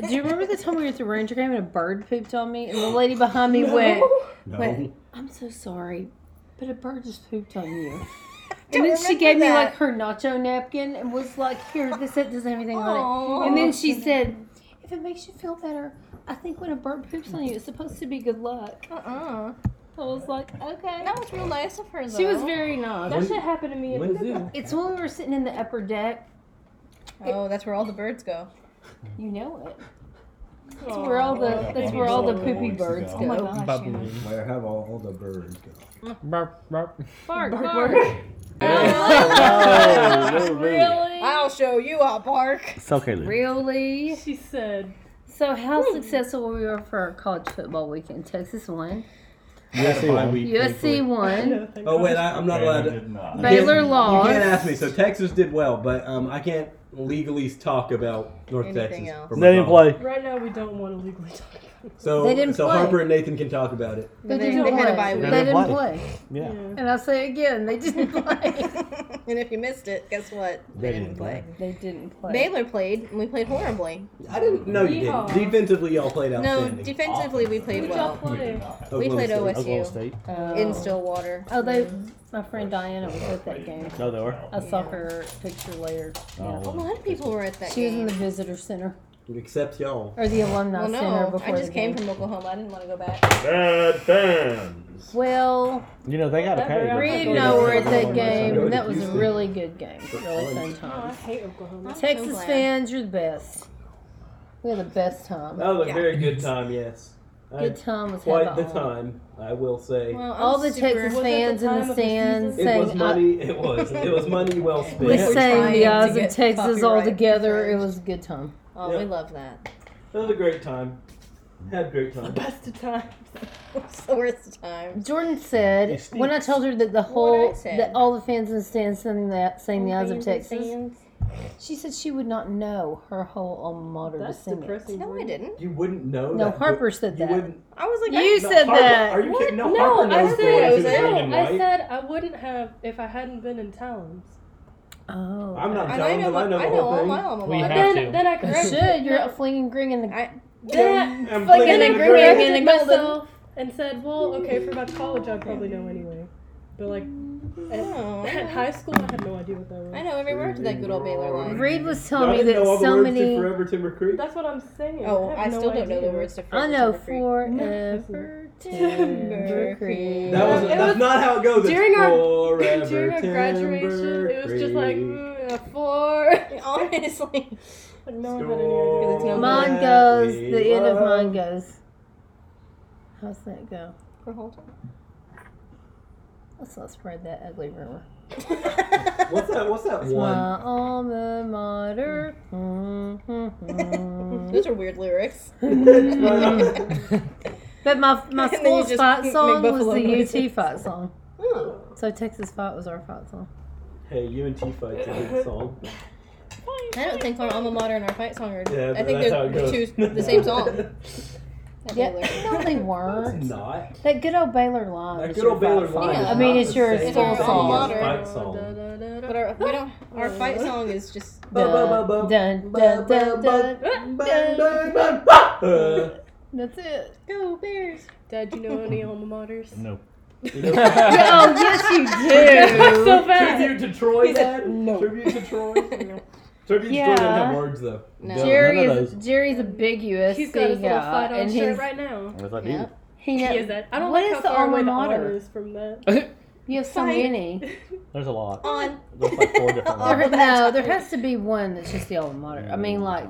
do you remember the time we were at the ranger game and a bird pooped on me, and the lady behind me
No.
went,
No.
went, "I'm so sorry, but a bird just pooped on you."
Don't
And then she
remember
gave me
that.
like her nacho napkin and was like, "Here, this it doesn't have anything on
Aw.
it." And then she said, "If it makes you feel better, I think when a bird poops on you, it's supposed to be good luck."
Uh-uh.
I was like, "Okay."
That was real nice of her, though.
She was very nice.
That shit happened to me at
When
the zoo.
It's when we were sitting in the upper deck.
Oh, that's where all the birds go.
You know it. That's
Aw.
where all the that's where all the poopy
Always
birds
go.
go.
Oh my
gosh. yeah.
Where have all, all the birds gone?
Burp, burp.
Bark, bark.
Oh,
Really?
I'll show you a park.
It's okay, Luke.
Really?
She said,
So how successful we were for our college football weekend? Texas won.
USC
Bye
won.
week, thankfully.
USC won.
"No, thank
Oh wait,
God."
I, I'm not
Brandon
allowed to.
did not.
You can't-
Baylor
You can't
lost.
ask me. So Texas did well, but um, I can't legally talk about North
Anything
Texas.
else.
for my
They didn't
college.
play.
Right now, we don't want to legally talk about it.
So
They didn't
so
play.
Harper and Nathan can talk about it.
They
They-
didn't
they
play.
had a bye week.
They didn't
They
play.
Yeah.
And I'll say it again, they didn't play.
and if you missed it, guess what? They, didn't play.
they didn't play.
Baylor played, and we played horribly.
I didn't. No, you didn't.
Yeehaw.
Defensively, y'all played
No,
outstanding.
defensively we played
Good job,
well.
play.
We
Oklahoma
played
State.
OSU
Oklahoma State.
oh.
in Stillwater.
Oh, they. My friend Diana was at that game.
No, they were.
I saw her picture later.
Oh,
A
Yeah.
lot of people were at that
She was in
game.
the visitor center.
Except y'all.
Or the alumni
Well,
center
no,
before
I just
the
came
game.
from Oklahoma. I didn't want to go back.
Bad fans.
Well,
You know they got to pay.
Whatever,
don't
I
we
they?
Reed,
know we're at
Oklahoma
that
or
game.
something.
That was a
Houston.
really good game. Really fun
Oh, I
time.
hate Oklahoma.
Texas
glad.
fans, you're the best. We had the best time.
That was a
Yeah.
very good time, yes. I
Good
had
time was
quite
had
the
all.
time, I will say.
Well, I'm
All the
super-
Texas
Was it the
fans in
time
the
of the
stands
season?
It
sang,
was money. It was. It was money well
I, we
We're
spent.
sang
trying
the
to
eyes of
get
Texas all
copyright
together. It
infringed.
was a good time.
Oh, we
Yeah.
love that.
It was a great time. Had a great time.
Best of times.
It's the worst times.
Jordan said
It
when I told her that the
What I
whole
said.
that all the fans in the stands sang that sang the eyes of
Fans and
Texas.
fans.
She said she would not know her whole alma mater
That's
to sing it.
depressing.
No, I
Jordan.
didn't.
You wouldn't know.
No,
that,
Harper
but
said
you
that.
Wouldn't,
I was like,
You
No,
said
Harper-
that.
Are you kidding? No,
No,
Harper
I
knows the
said,
words to the green
no,
and
I
white.
said I wouldn't have if I hadn't been in Talons.
Oh,
I'm not
and I
telling
know,
them. I
my-
know the
I know
whole
all
thing.
my alma
We
mater.
have-
Then,
to.
then I
You
corrected.
should. You're
no,
out flinging green in the.
I-
Then
I'm
I,
playing in
then I
the green.
corrected
in the golden.
myself and said, well, okay, for about college I'd probably know anyway, but like
Oh,
at high school I had no idea what that was.
I know every word to that good old Baylor line.
Reed was
No, I
telling me
didn't know all
that
the
so
words to
many.
Forever Timber Creek.
That's what I'm saying.
Oh, I,
have no
still don't know
idea.
the words to
I
Forever
know
Timber Creek.
forever
Timber
Timber
Creek.
Creek.
That was
It
that's
was-
not how it goes. It's
during our-
Forever
During our graduation,
Timber
it was just like
Creek.
mm, a four.
Honestly.
But "Mm, no one had any idea.
no
Mine
That
goes.
we
The end of mine
love.
goes. How's that go?
For hold on.
Let's not spread that ugly rumor.
What's that? What's that
My
one? Mm.
alma mater. Mhm.
Those are weird lyrics.
But my my
And then you
school's
just
fight
make
song was
buffalo
the
noises.
UT fight song.
Oh.
So Texas fight was our fight song.
Hey, you and T fight's a good song.
I don't think our alma mater and our fight song are.
Yeah,
I
but
think
that's how
they're
it goes.
two, the same song. That
Yeah,
Baylor.
no, they
It's
weren't.
not.
That good old Baylor line.
That
was
good
your
old Baylor
fight song.
line.
Yeah.
is
I
mean,
not
it's
the
your
same
It's our
song as
alma mater.
Fight song.
But our, we don't. Our
Uh,
fight song is just.
Ba, ba, ba,
Dun, dun, dun, dun, dun, dun.
Uh,
That's it.
Go Bears.
Dad, you know any alma maters?
No.
Oh yes, you do.
so bad.
Tribute to Troy, Dad.
no.
Oh, Tribute to Troy. Tribute to Troy doesn't have
Yeah.
words though.
No.
Jerry
None of
is Jerry's a big USC
He's got his little
guy,
fight on
and
shirt
he's
right now.
Yes, I do.
Yeah.
he,
He
kno-
is that. I don't
What
like
is
how
the
far away
alma
the
mater?
honor is from that.
You have so
Fight.
many.
There's a lot.
On.
There's like four different
All
ones.
There,
of
no,
that
there
time.
has to be one that's just the alma mater. I mean, like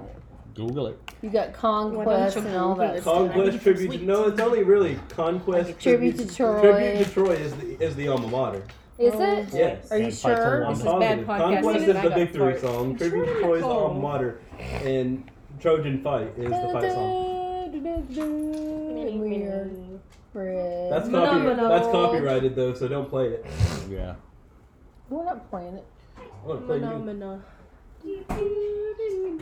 Google it.
you got
don't
conquest
you
and all
Google
that.
it?
Conquest tribute. To, no, it's only really conquest.
Tribute to Troy.
Tribute to Troy is the is the alma mater.
Is it?
Yes.
Are you
And fight
sure?
for
I'm
This is
bad
positive.
podcasting
Conquest is
and I
the
got
victory
farted.
song. Tribute to
really
Troy's
cool.
alma mater, and Trojan Fight is the fight song.
Weird.
That's copy,
Phenomenal.
That's copyrighted though, so don't play it.
Yeah.
We're not playing it.
I wanna play you.
Phenomena.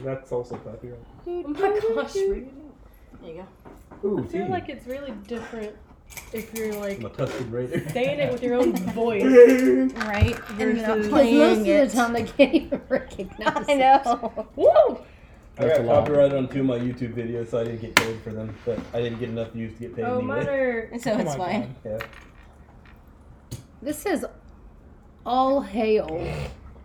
That's also copyright.
Oh my gosh, Reed.
There you go.
Ooh,
I feel
tea.
like it's really different if you're like
I'm a Tuscan Raider.
saying it with your own voice.
Woo!
Right. And then I'm
Versus-
Because most
playing it.
of the time they can't even recognize
I know.
I
That's a
got
lot.
copyright on two of my YouTube videos, so I didn't get paid for them. But I didn't get enough views to get paid
Oh, mine
anyway.
are.
So it's fine.
Yeah.
This says all hail.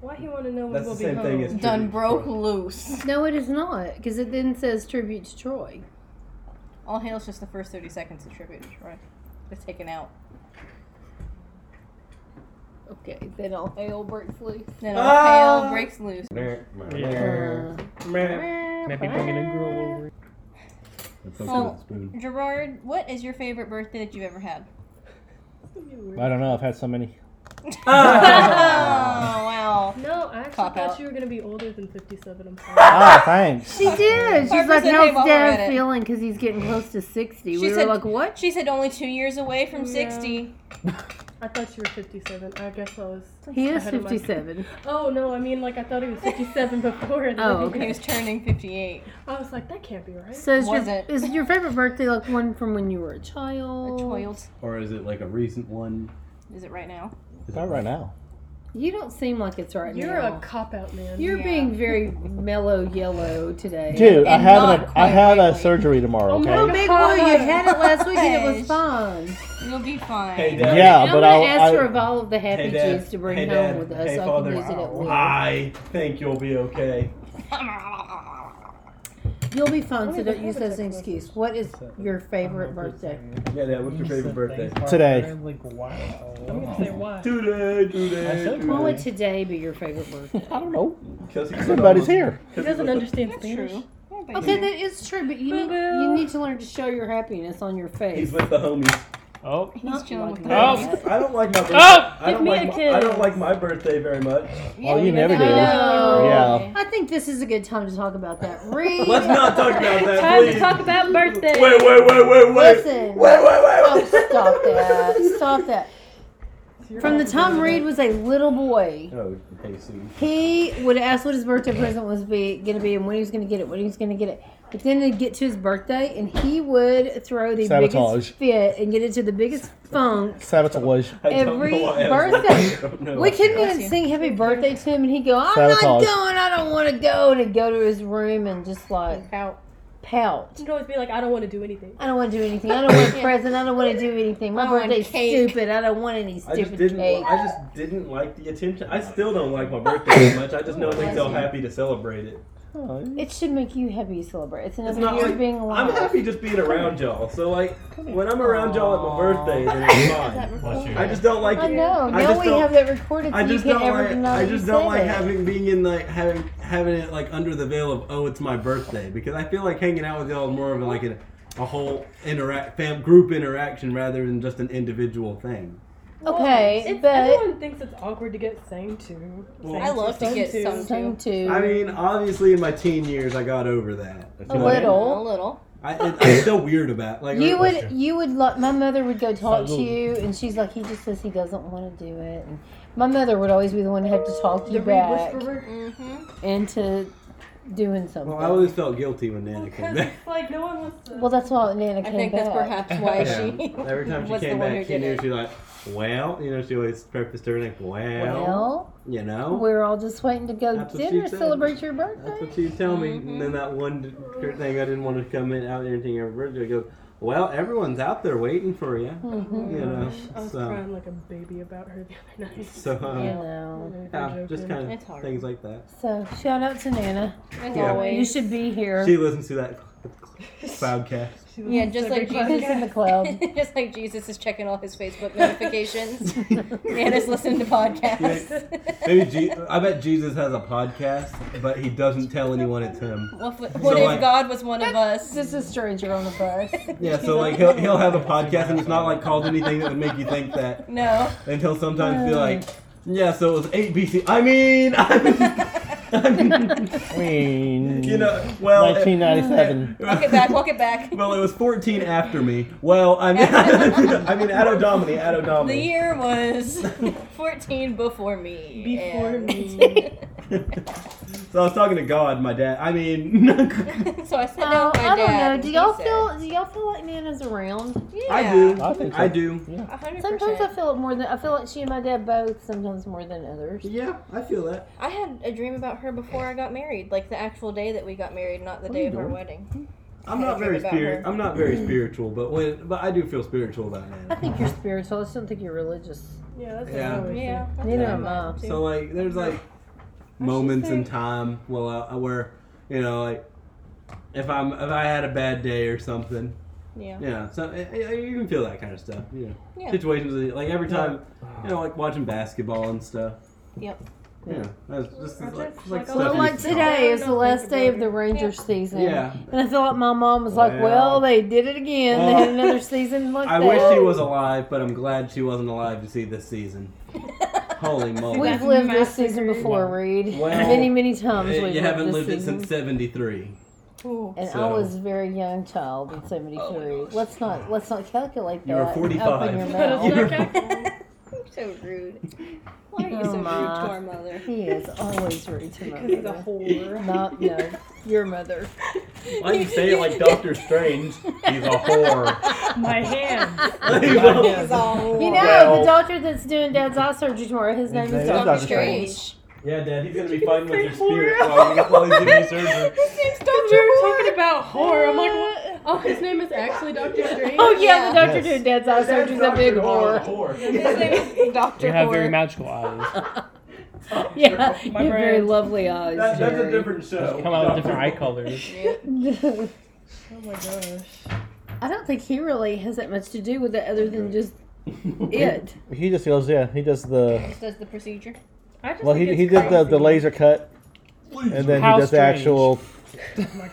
Why he want to know when
That's
we'll
the
be
same
home?
thing as
Done
tribute to
broke
Troy.
loose.
No, it is not, because it then says tribute to Troy.
All hail's just the first 30 seconds of tribute to Troy. It's taken out.
Okay, then all hail breaks loose.
Then all
Ah!
hail breaks loose.
Uh,
Maybe bringing a girl over.
That's so
Oh.
good, spoon.
Gerard, what is your favorite birthday that you've ever had?
I don't know. I've had so many.
Ah.
Oh, wow.
No, I actually
Cop
thought
out.
you were gonna be older than 57. I'm sorry.
Ah, thanks.
she did. She's
Barbara
like,
said
how's
they've all read
Dad
it."
feeling? Because he's getting close to 60.
She
we
said-
were like, what?
She said only two years away from
Yeah.
60.
I thought you were 57. I guess I was.
He is
ahead of my-
57.
Oh no, I mean like I thought he was 57 before. and
Oh,
then-
okay.
He was turning 58.
I was like, that can't be right.
So is your,
Was it?
is your favorite birthday like one from when you were a
A
child?
child.
Or is it like a recent one?
Is it right now?
It's not right now.
You don't seem like it's right
You're
now.
a cop out, man.
You're
Yeah.
being very mellow yellow today.
Dude, I
And
had
not
an, I
quite
had a
lately.
surgery tomorrow.
Oh my
How
Okay.
God.
big were you? Had it last week and it was fun.
You'll be fine.
Hey, Dad.
Yeah,
I'm
but
gonna ask her
I, I
of all of the happy
Hey,
juice
Dad.
to bring
Hey,
home
Dad.
with us
Hey,
so
Father.
I can use it at will.
I think you'll be okay.
You'll be fine, so
Wait,
don't
the
use that as an
Habitat
excuse. What is your favorite birthday?
Yeah, yeah. What's your favorite birthday?
Today.
Like,
I'm
wow.
gonna say why.
Today,
I
today.
said
today.
Why would today be your favorite birthday?
I don't know.
Because he
Everybody's here.
He doesn't understand Spanish.
True.
Okay, that is true, but you need,
Boo-boo.
you need to learn to show your happiness on your face.
He's with the homies.
Oh,
He's chilling with
like
the
that.
homies.
I don't like my birthday.
Oh!
I don't
Give me
like
a
my,
kiss.
I don't like my birthday very much.
Oh, you never
I
did.
Oh.
know.
Yeah.
I think this is a good time to talk about that. Read.
Let's not talk about that,
Time
please.
to talk about birthdays.
wait, wait, wait, wait, wait.
Listen.
Wait, wait, wait,
Oh,
wait.
stop that. Stop that. From the time Reed was a little boy,
Oh, hey, Sue.
he would ask what his birthday present was be gonna be and when he was gonna get it, when he was gonna get it. But then it'd get to his birthday and he would throw the
Sabotage.
biggest fit and get into the biggest funk.
Sabotage.
I don't
Every
know why I was like-
birthday.
I don't know.
We couldn't
Bless
even
you.
sing happy birthday to him and he'd go, I'm
Sabotage.
not going, I don't wanna go and he'd go to his room and just like
Out.
pout.
You'd always be like, I don't want to do anything.
I don't want to do anything. I don't want a
Yeah.
present. I don't want to do anything. My
I want
birthday's
cake.
stupid. I don't want any
I
stupid
just didn't.
cake.
I just didn't like the attention. I still don't like my birthday that much. I just know it makes y'all happy to celebrate it.
It should make you happy to celebrate. It's
It's
another
not
year
like
being alive.
I'm happy just being around y'all. So like when I'm around y'all at my birthday, then it's fine.
Bless you.
I just don't like.
I know.
I
now
just
we
don't-
have that recorded, so
I just
you
don't
can never
like.
deny
I
you
just don't
said
like
it.
having being in like having having it like under the veil of oh it's my birthday because I feel like hanging out with y'all is more of like a, a whole interact fam group interaction rather than just an individual thing.
Okay,
It's,
but-
everyone thinks it's awkward to get sang to.
Well,
I love to get sung
Same
to.
too.
I mean, obviously in my teen years I got over that. I
A
feel like-
A
little.
little.
I, it, I'm still weird about like
you
or-
would, you would. Lo- my mother would go talk to you, and she's like, "He just says he doesn't want to do it." And my mother would always be the one to have to talk you
The Reed
back
Whisperer.
Mm-hmm.
into doing something.
Well, I always felt guilty when Nana came
Because
back.
it's like no one wants to.
Well, that's why Nana
I
came
think that's
back.
perhaps why she.
Yeah. Every time she
was the
came
one who
back, she
did
knew
it.
she like, well, you know, she always prefaced her like, well,
Well,
you know,
we're all just waiting to go
That's what she
dinner,
said.
celebrate your
that's
birthday.
what she would tell me. And then that one d- thing I didn't want to come in out there and anything ever I goes, well, everyone's out there waiting for you,
Mm-hmm.
you know.
I was
So,
crying like a baby about her the other night.
so
uh,
You
um,
know.
yeah, just kind
It's hard.
of things like that.
So shout out to Nana.
As
Yeah.
always.
You should be here.
She listens to that cloudcast.
Yeah, just like
Who's in the cloud?
Just like Jesus is checking all his Facebook notifications. Nana's listening to podcasts.
Maybe Je- I bet Jesus has a podcast, but he doesn't tell anyone it's him.
what if, what
So,
if
like-
God was one of us?
This is a stranger on the bus.
Yeah, so like he'll he'll have a podcast and it's not like called anything that would make you think that,
No.
and he'll sometimes be like, yeah, so it was eight BC. I mean, I mean,
I mean,
you know, well, it,
1997.
Walk it back, walk it back.
well, it was fourteen after me. Well, I mean, I mean, Addo Domini, Addo
The
Domini.
year was 14 before me.
Before
and-
me.
So I was talking to God, my dad. I mean,
so I sat down
Oh,
with my dad.
I don't know.
and
Do
he
y'all
said-
feel? Do y'all feel like Nana's around?
Yeah,
I do,
I think so.
I do.
100%.
Sometimes I feel it more than I feel like she and my dad both. Sometimes more than others.
Yeah, I feel that.
I had a dream about her before I got married, like the actual day that we got married, not the
What are
day
you
of our
doing?
wedding.
I'm
kinda
not very
dream about
spirit.
her.
I'm not very spiritual, but when but I do feel spiritual about
I
it.
think you're spiritual. I just don't think you're religious.
Yeah, that's
Yeah.
what I always
Yeah. that's
Neither
what I
am I.
thought, too.
So like, there's like moments in time well I, where you know like if I'm if I had a bad day or something,
yeah.
you know, so eh, eh, you can feel that kind of stuff. You know,
Yeah.
situations that- like every time you know like watching basketball and stuff.
Yep.
Yeah, that's just
I
like,
just,
like
like,
stuff
Well,
Well,
you
like
see.
today is the
Don't
last
think
day
about
of the
it.
Rangers season.
Yeah.
And I feel like my mom was like,
Well.
"Well, they did it again.
Well,
they had another season like
I
that."
wish she was alive, but I'm glad she wasn't alive to see this season. Holy moly!
We've lived this season before, Reed.
Well,
many, many times.
Eh,
we've
you haven't
this
lived it
season.
since '73.
And I
So- Oh,
was a very young child in '73. let's not let's not calculate that.
You were
and
45.
Open your
do.
mouth.
so rude. Why are you
Oh,
so rude to
Ma.
our mother?
he is always rude to my
Because he's a
mother.
whore.
Not no, your mother.
Why do you say it like Doctor Strange? He's a whore.
My hand.
He's all
You know
Well-
the doctor that's doing Dad's eye surgery tomorrow. His name is
name is
Doctor
Doctor
Doctor
Strange.
Yeah, Dad, he's gonna be fighting with your spirit while you- while he's giving you
His
surgery.
name's
But you were talking about whore. I'm like, what? oh, his name is actually Doctor Strange.
Oh yeah, the
Yeah.
doctor
Yes.
doing Dad's eye surgery's a big whore.
His name is Doctor
you have very
Horror.
magical eyes.
yeah, you
My
have very
friend.
lovely eyes.
That, that's a
Jerry.
different show.
Come out with different eye colors.
Oh my gosh.
I don't think he really has that much to do with it other than just it.
He just goes, yeah. He does the
Just does the procedure.
I just
well.
think
He,
it's
he did the, the
crazy.
laser cut, and then
How
he does the
strange.
actual.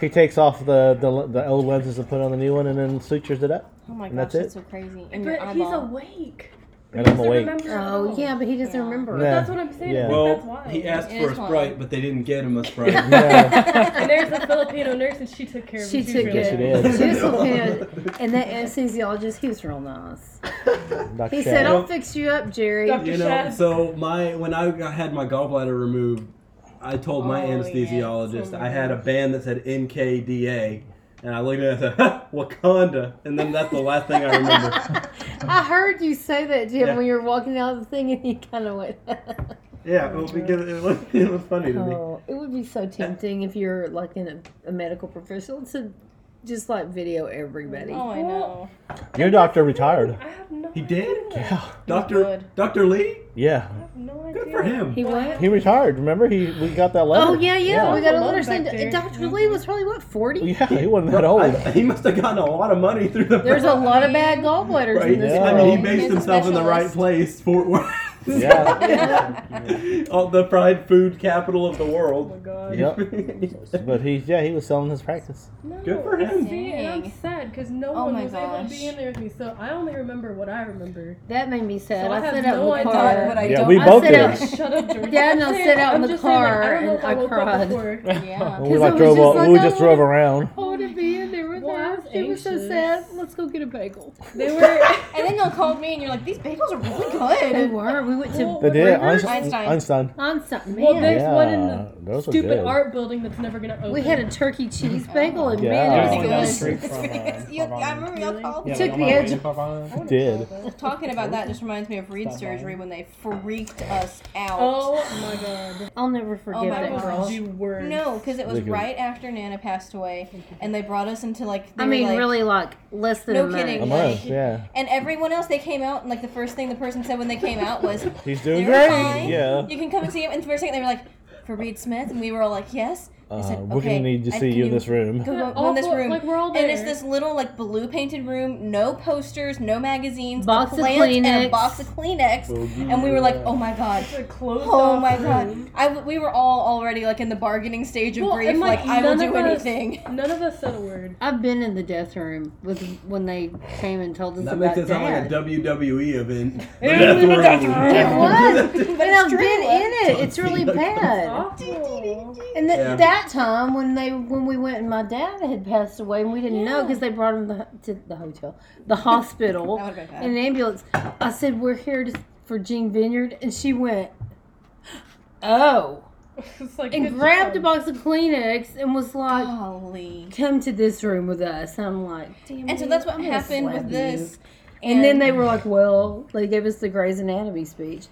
He takes off the, the the old lenses and put on the new one, and then sutures it up.
Oh my gosh,
And
that's,
that's
so crazy. And your
But he's
eyeball.
awake.
And I'm awake.
Oh yeah, but he doesn't
Yeah.
remember.
Yeah.
That's what I'm saying.
Yeah.
I think that's
Well,
why.
he asked
It
for a
is wild.
sprite, but they didn't get him a sprite.
Yeah.
and there's a Filipino nurse, and she took care of
She
him.
took
Yes,
it.
she did.
She was so good. and that anesthesiologist, he was real nice.
Dr.
He said,
Shadow.
"I'll fix you up, Jerry."
Dr.
you know, so my when I got- had my gallbladder removed, I told my
Oh, yeah.
anesthesiologist
Oh my
I had a band that said NKDA, and I looked at it and said "Ha, Wakanda, and then that's the last thing I remember.
I heard you say that to him
Yeah.
when you were walking out of the thing, and he kind of went.
yeah, well, because it was, it was funny to me.
oh, it would be so tempting if you're like in a, a medical professional to just like video everybody.
oh, I know.
Your doctor retired.
I have no
He did?
idea.
Yeah.
Doctor
good.
Doctor Lee,
Yeah.
I have no idea.
good for him.
He went.
He retired. Remember, he we got that letter.
Oh yeah, yeah. We got a
Alone
letter
back
saying
there.
Dr. Lee was probably what forty.
Yeah, he wasn't that old.
I- he must have gotten a lot of money through the.
There's a lot of bad gallbladders
Right?
in this
Yeah.
I
world.
mean, he based
He's a
himself in the right
specialist.
place, Fort Worth.
Yeah.
Oh, the fried food capital of the
Oh my
world.
god.
yep. But he's yeah, he was selling his practice.
No,
Good for him.
See, and I'm
Dang.
sad because no
Oh
one
my
was able to
gosh.
be in there with me, so I only remember what I remember.
That made me sad.
So I
I,
have
set
no
Oh,
out in the
idea
car.
what I
Yeah, we
I
both
said
did.
I-
Shut up, Jordan.
Yeah, no,
I'm saying-
sit out in
I'm
the
just saying, like,
car
I don't know
and
if
I
I woke
cried.
up before.
Yeah.
Well, Oh, we
'Cause
like
I was
drove
just
all,
like, oh,
we
I
just drove
wanna-
around.
I wanted to be in there with
Well, I
us.
was
It was so
anxious.
sad. Let's go get a bagel.
They were.
And then they'll call me and you're like, these bagels are really
They
good.
were. We went to
Well,
They did
Burgers?
Einstein.
Einstein. Einstein.
on something.
Well,
Man,
there's one in
Yeah,
the
those are
stupid
good.
art building that's never gonna open.
we had a turkey cheese bagel and
Yeah.
man,
There's
Oh
it
one down the
was good.
street
It's
from.
really
Uh,
good. You- I remember y'all called
yeah,
me.
Took
like,
the
on my way
edge-
to Parvana.
Did.
Talking about that just reminds me of Reed
Stop
surgery
lying.
when they freaked us out.
Oh my god.
I'll never forgive
Oh my
that
That
girl.
was the worst.
No, because it was
Ridiculous.
right after Nana passed away, and they brought us into like. they
I
were
mean,
like-
really, like less than
No
a month.
kidding.
A month, yeah.
And everyone else, they came out, and like the first thing the person said when they came out was,
He's
"They're
doing great.
fine.
Yeah.
You can come and see him. And for a second, they were like, for Reed Smith, and we were all like, yes. They
Uh,
said,
we're
"Okay,
gonna need to
I-
see
can
you in this room.
Go, go,
They're
go in this
awful,
room.
like, we're all
And it's
there.
this little like blue painted room, no posters, no magazines,
Box
a
of
plant and a
Kleenex.
box of Kleenex. And we were like, oh my god.
It's a closed
Oh
off
my
room.
god! I w- we were all already like in the bargaining stage of
Well,
grief.
and,
Like,
like,
I will
none
do
of us-
anything.
None of us said a word.
I've been in the death room with when they came and told us
That
about
makes it sound like
Dad.
a WWE event.
It was,
It
and I've been in it. It's really
That's
bad.
Awful.
And th-
Yeah.
that time when they when we went and my dad had passed away and we didn't 'cause know because they brought him the, to the hotel, the hospital,
That would've been bad.
in an ambulance. I said, "We're here to, for Jean Vineyard," and she went, "Oh,"
It's like
and
good
grabbed a
job.
box of Kleenex and was like,
Golly.
"Come to this room with us." And I'm like,
And so that's what
I'm gonna
happened
slap
with
you.
this.
And then they were like, well, they gave us the Grey's Anatomy speech.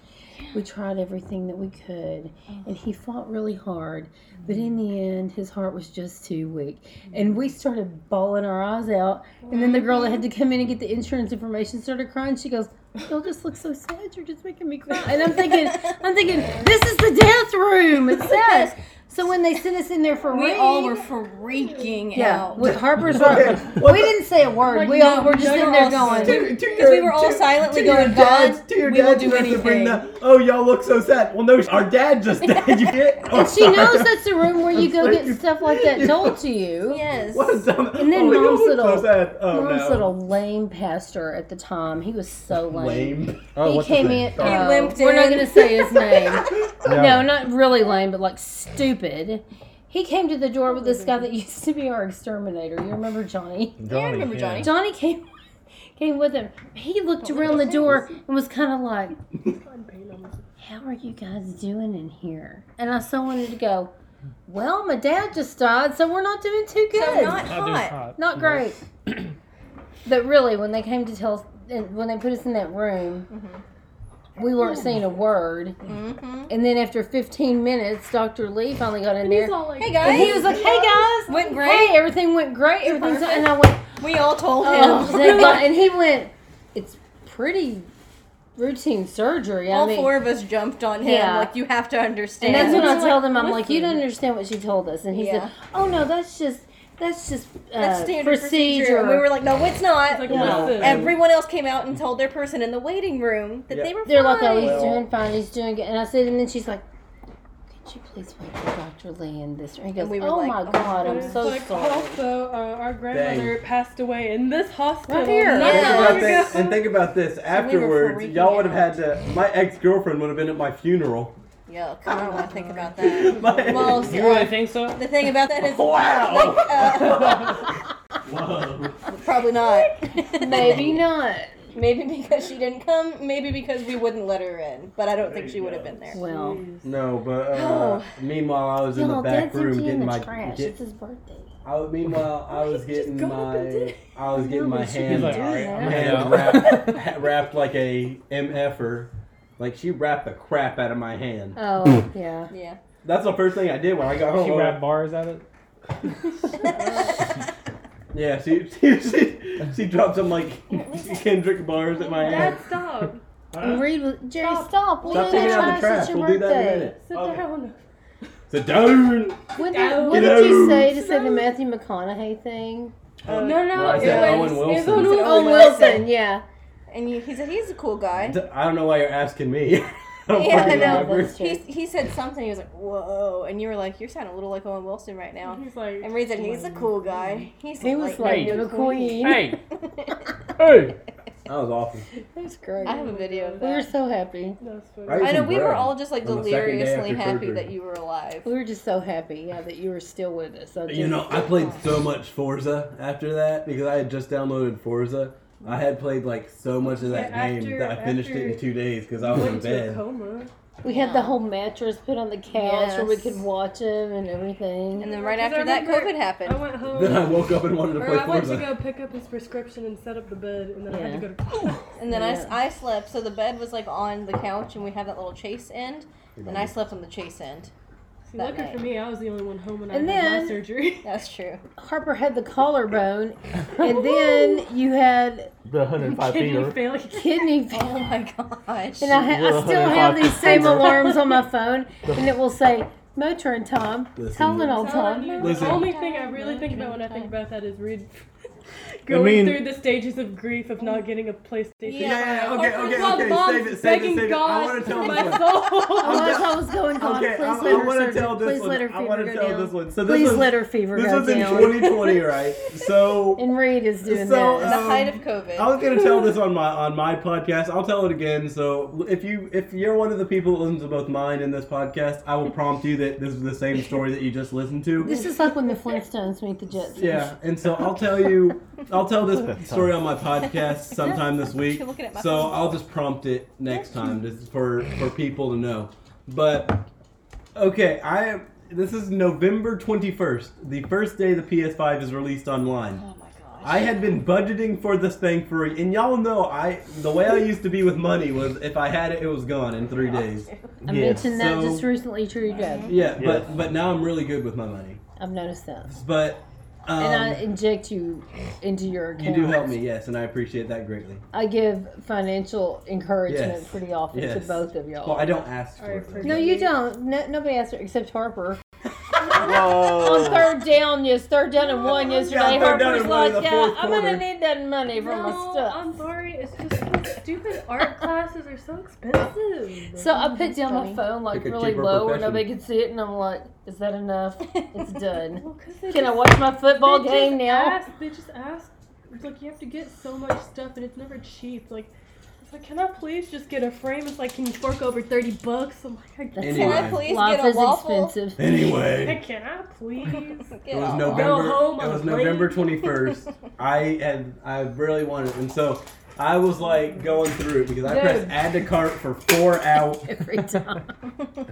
We tried everything that we could, and he fought really hard, but in the end, his heart was just too weak. And we started bawling our eyes out, and then the girl that had to come in and get the insurance information started crying. She goes, "You'll just look so sad. You're just making me cry." And I'm thinking, I'm thinking, this is the death room. It says. So when they sent us in there for
we
Reed-
all were freaking
yeah,
out.
with Harper's Rock.
what
We
the-
didn't say a word.
Like,
we
no,
all were just
none
in
of
there
us
going.
did.
To- to
Because
your-
we were all
to-
silently
to your
going,
dad's-
"God,
to your
we will
dad's
do
dress to bring
anything."
the- oh, y'all look so sad. Well, no, our dad just died. You can't. Oh,
And she
sorry.
knows that's the room where you go
sorry.
get stuff like that
Yeah.
told to you.
Yes.
What a dumb.
And then
oh, y'all
mom's
look
little-
So sad. Oh,
Mom's
no.
little lame pastor at the time, he was so lame.
lame.
Oh,
he
what's his
came
name?
in.
He
oh,
limped
we're not
in.
gonna say his name.
No.
No, not really lame, but like stupid. He came to the door with this guy that used to be our exterminator. You remember Johnny?
Yeah, I remember Johnny.
Johnny came came with him. He looked around the door and was kind of like,
I'm paying them.
how are you guys doing in here? And I so wanted to go, well, my dad just died, so we're not doing too good.
So not
Not doing
hot.
hot.
Not great. but really, when they came to tell us, and when they put us in that room,
Mm-hmm.
we weren't saying a word.
hmm
And then after 15 minutes, Dr. Lee finally got in
And he's
there.
all like,
Hey
And
guys,
he was like, hey guys,
went
hey,
great.
everything went great. Everything's
Perfect.
And I went,
We all told him.
oh, thank God. And he went, it's pretty routine surgery. I
All
mean,
four of us jumped on him.
Yeah.
Like you have to understand.
and that's when I
Yeah.
tell them, I'm
With
like, you
them.
don't understand what she told us. And he
Yeah.
said, oh no, that's just, that's just uh,
That's standard
procedure.
procedure. And we were like, no, it's not.
It's like,
Yeah.
listen.
Everyone else came out and told their person in the waiting room that
Yeah.
they were
They're
fine.
like, oh, he's
Well-
doing fine, he's doing good. And I said, and then she's like, could you please wait for Dr. Lee and this? And he goes,
we were
oh
like,
my
oh,
God, I'm
It's
so
like,
sorry.
Also, uh, our grandmother passed away in this hospital.
Right here.
Yeah.
Not too
Think
long
about
ago.
this, and think about this. Afterwards,
freaking
y'all would have
out.
had to. My ex girlfriend would have been at my funeral.
Yo, I don't want to think about that.
My-
Well, so,
You really think so?
the thing about that is uh,
wow!
probably not.
Maybe not.
Maybe because she didn't come. Maybe because we wouldn't let her in. But I don't think she would have been there.
Well,
no, but uh, meanwhile, I was in the
y'all,
back
Dad's
room
empty
getting
in the
my.
trash.
Get,
It's his birthday.
I, was- meanwhile, I was getting
go up and do
my.
it.
I was getting my
He's
hand
like, all right, I'm
hand
gonna go.
wrapped, wrapped like a mf'er. Like she wrapped the crap out of my hand.
Oh, yeah.
Yeah.
That's the first thing I did when I
Oh,
got home.
She wrapped bars at it.
Yeah, she she, she, she dropped some like Kendrick bars at my hand.
Dad, stop.
And Reed was, Jerry,
Stop.
stop. Leave
Stop
in the
taking it out of
trash.
the trash.
It's your
We'll do that in a
birthday.
minute.
Sit
Okay.
down.
Sit
What
down.
Ow.
did, what
Get
did you
out.
say to say the Matthew McConaughey thing?
no, no,
Well, is
it
that
was,
Owen
It was
Wilson?
Owen
Is it
Wilson.
Oh, Wilson, yeah.
And he, he said he's a cool guy.
D- I don't know why you're asking me. I don't
Yeah, I
fucking
know.
remember.
That's true.
He, he said something. He was like, "Whoa!" And you were like, "You sound a little like Owen Wilson right now."
He's like,
And Reed said, "He's a cool guy. He's
He
like
was like,
Hey.
you're queen.
Hey,
hey.
That was awful.
That was great.
I have a video of
We were
that.
so happy.
That's funny.
Right?
I know
some
we were
bread
all just like
on the second day
deliriously
after
happy
surgery.
that you were alive.
We were just so happy, yeah, that you were still with us. I
You
just-
know, I played so much Forza after that because I had just downloaded Forza. I had played like so much of that
Yeah,
game
after-
that I finished it in
after-
two days because I was in
Went to a
bed.
coma.
we had the whole mattress put on the couch where we
Yes.
could watch him and everything.
And then right
'Cause I
after that,
remember-
COVID
I
happened.
went
Then I
home.
woke up and wanted to
Or
play
I went to
Forza.
go pick up his prescription and set up the bed, and then I had to go to
And then I s
Yeah.
I I, slept. So the bed was like on the couch, and we had that little chase end. And I slept on the chase end.
See,
That
lucky
night.
for me, I was the only one home when
And
I had
then-
my surgery.
That's true.
Harper had the collarbone, and then you had
The 105
Kidney
feet.
failure.
kidney failure.
Oh my gosh.
And I, ha- I
You're
still
105
have these same
pounds.
alarms on my phone, and it will say Motrin time,
Listen.
Tylenol
Telling you,
time.
the
Listen.
only thing I really think about when I think about that is Reed going
I mean-
through the stages of grief of not getting a PlayStation.
Yeah,
yeah,
Or first of all, mom's begging God
wanna
for
you
my
something.
soul.
Oh, I thought I was going God.
Okay,
please
I,
let her
want to
surgery-
tell this
please
one.
let her
I
fever
want
go
to tell
down.
this one. So this
please
was,
let her fever
This
go
was in
down.
2020, right? So
and Reed is doing
So,
this.
the
um,
height of COVID.
I was gonna tell this on my on my podcast. I'll tell it again. So if you if you're one of the people that listens to both mine and this podcast, I will prompt you that this is the same story that you just listened to.
this is like when the Flintstones meet the Jetsons.
Yeah, and so I'll tell you, I'll tell this story on my podcast sometime this week.
Keep looking at my
So
phone.
I'll just prompt it next time just for for people to know. But okay, I am. This is November twenty first, the first day the PS5 is released online.
oh my gosh.
I had been budgeting for this thing for, and y'all know I the way I used to be with money was if I had it, it was gone in three days.
I
Yeah.
mentioned that
So-
just recently to your dad.
Yeah,
Yeah.
but but now I'm really good with my money.
I've noticed that.
But um,
And I inject you into your account.
you do help me, yes, and I appreciate that greatly.
I give financial encouragement
Yes.
pretty often to
Yes.
both of y'all.
Well, I don't ask for
I
it.
appreciate-
no, you don't. No, nobody asked her except Harper. On
Whoa.
third down, yes, third down and one yesterday.
Yeah, third down
Harper's
and one in
like,
the
yeah,
fourth
I'm gonna
quarter."
need that money for my
No,
stuff.
I'm sorry. It's just those stupid art classes are so expensive.
So
Mm-hmm.
I put down my phone like
Like a
really
cheaper
low where
profession.
nobody could see it, and I'm like, "Is that enough? It's done.
Well, 'cause they
Can I
just-
watch my
they
football
just
game now?"
ask- they just ask. It's like you have to get so much stuff, and it's never cheap. Like. it's Like, can I please just get a frame? It's like, can you fork over 30 bucks? I'm like, I guess.
Anyway,
Can I please
Life
get a
is
waffle?
expensive.
anyway.
Can I please?
It
Get
was
a
November.
home
it
on
was
a plane.
November twenty first. I had I really wanted, it. and so I was like going through it because I
Dude.
pressed add to cart for four hours.
Every time.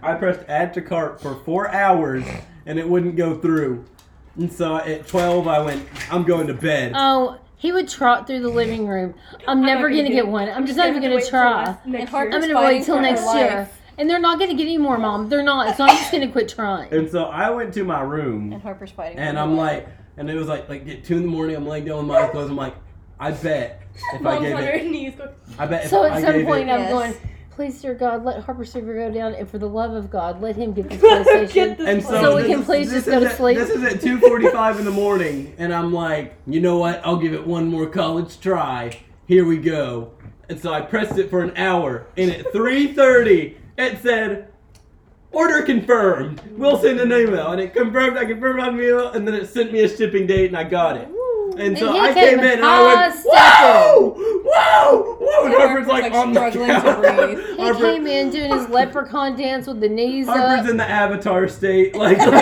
I pressed add to cart for four hours and it wouldn't go through. And so at 12, I went, I'm going to bed.
Oh, he would trot through the living room. I'm never
not gonna
gonna
do
get
it.
one. I'm just not even gonna try.
And
hard-
I'm
Just
gonna wait
fighting
till
for
next
her
year.
life.
And they're not gonna get any more, Mom. They're not. So I'm just gonna quit trying.
And so I went to my room
And Harper's fighting.
and
for
I'm
her life.
like, and it was like like at two in the morning. I'm laying down with my eyes closed. I'm like, I bet if I
Mom's
gave
on her
it,
knees. Going,
I bet if
So
I
at some
gave
point,
it,
I'm
Yes.
going, please, dear God, let Harper Super go down, and for the love of God, let him get this PlayStation.
Get this
and so,
So we
this
can
is-
please
this
just go
is
to
at-
sleep?
This is at 2:45 in the morning, and I'm like, you know what? I'll give it one more college try. Here we go. And so I pressed it for an hour, and at 3:30, it said. Order confirmed. We'll send an email, and it confirmed. I confirmed my meal, and then it sent me a shipping date, and I got it. And so
And he
I came
came
in, and I went,
high-stepping.
"Whoa, whoa, whoa!" And
And Harper's,
Harper's like,
like,
on
struggling
the
to
couch.
breathe.
He
Harper-
came in doing his leprechaun dance with the knees up.
Harper's in the avatar state, like look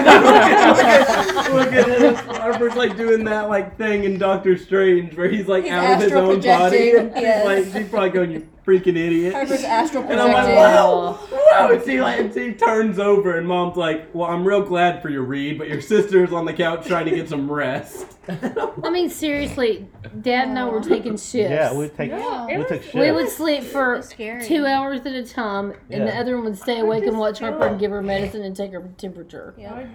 at, look at him. Harper's like doing that like thing in Doctor Strange where he's like
He's
out of his
astral
own body.
projecting,
He's
yes.
like she's probably going, you freaking idiot.
Harper's astral
and I'm like,
projecting.
wow, wow. And she like, and she turns over, and mom's like, well, I'm real glad for your read, but your sister's on the couch trying to get some rest.
I mean, seriously, Dad and I were taking shifts.
Yeah, we take
yeah.
we took
We
shit.
would sleep for
It's scary.
two hours at a time, and the
Yeah.
other one would stay awake and watch Harper and
God.
give her medicine and take her temperature.
Yeah.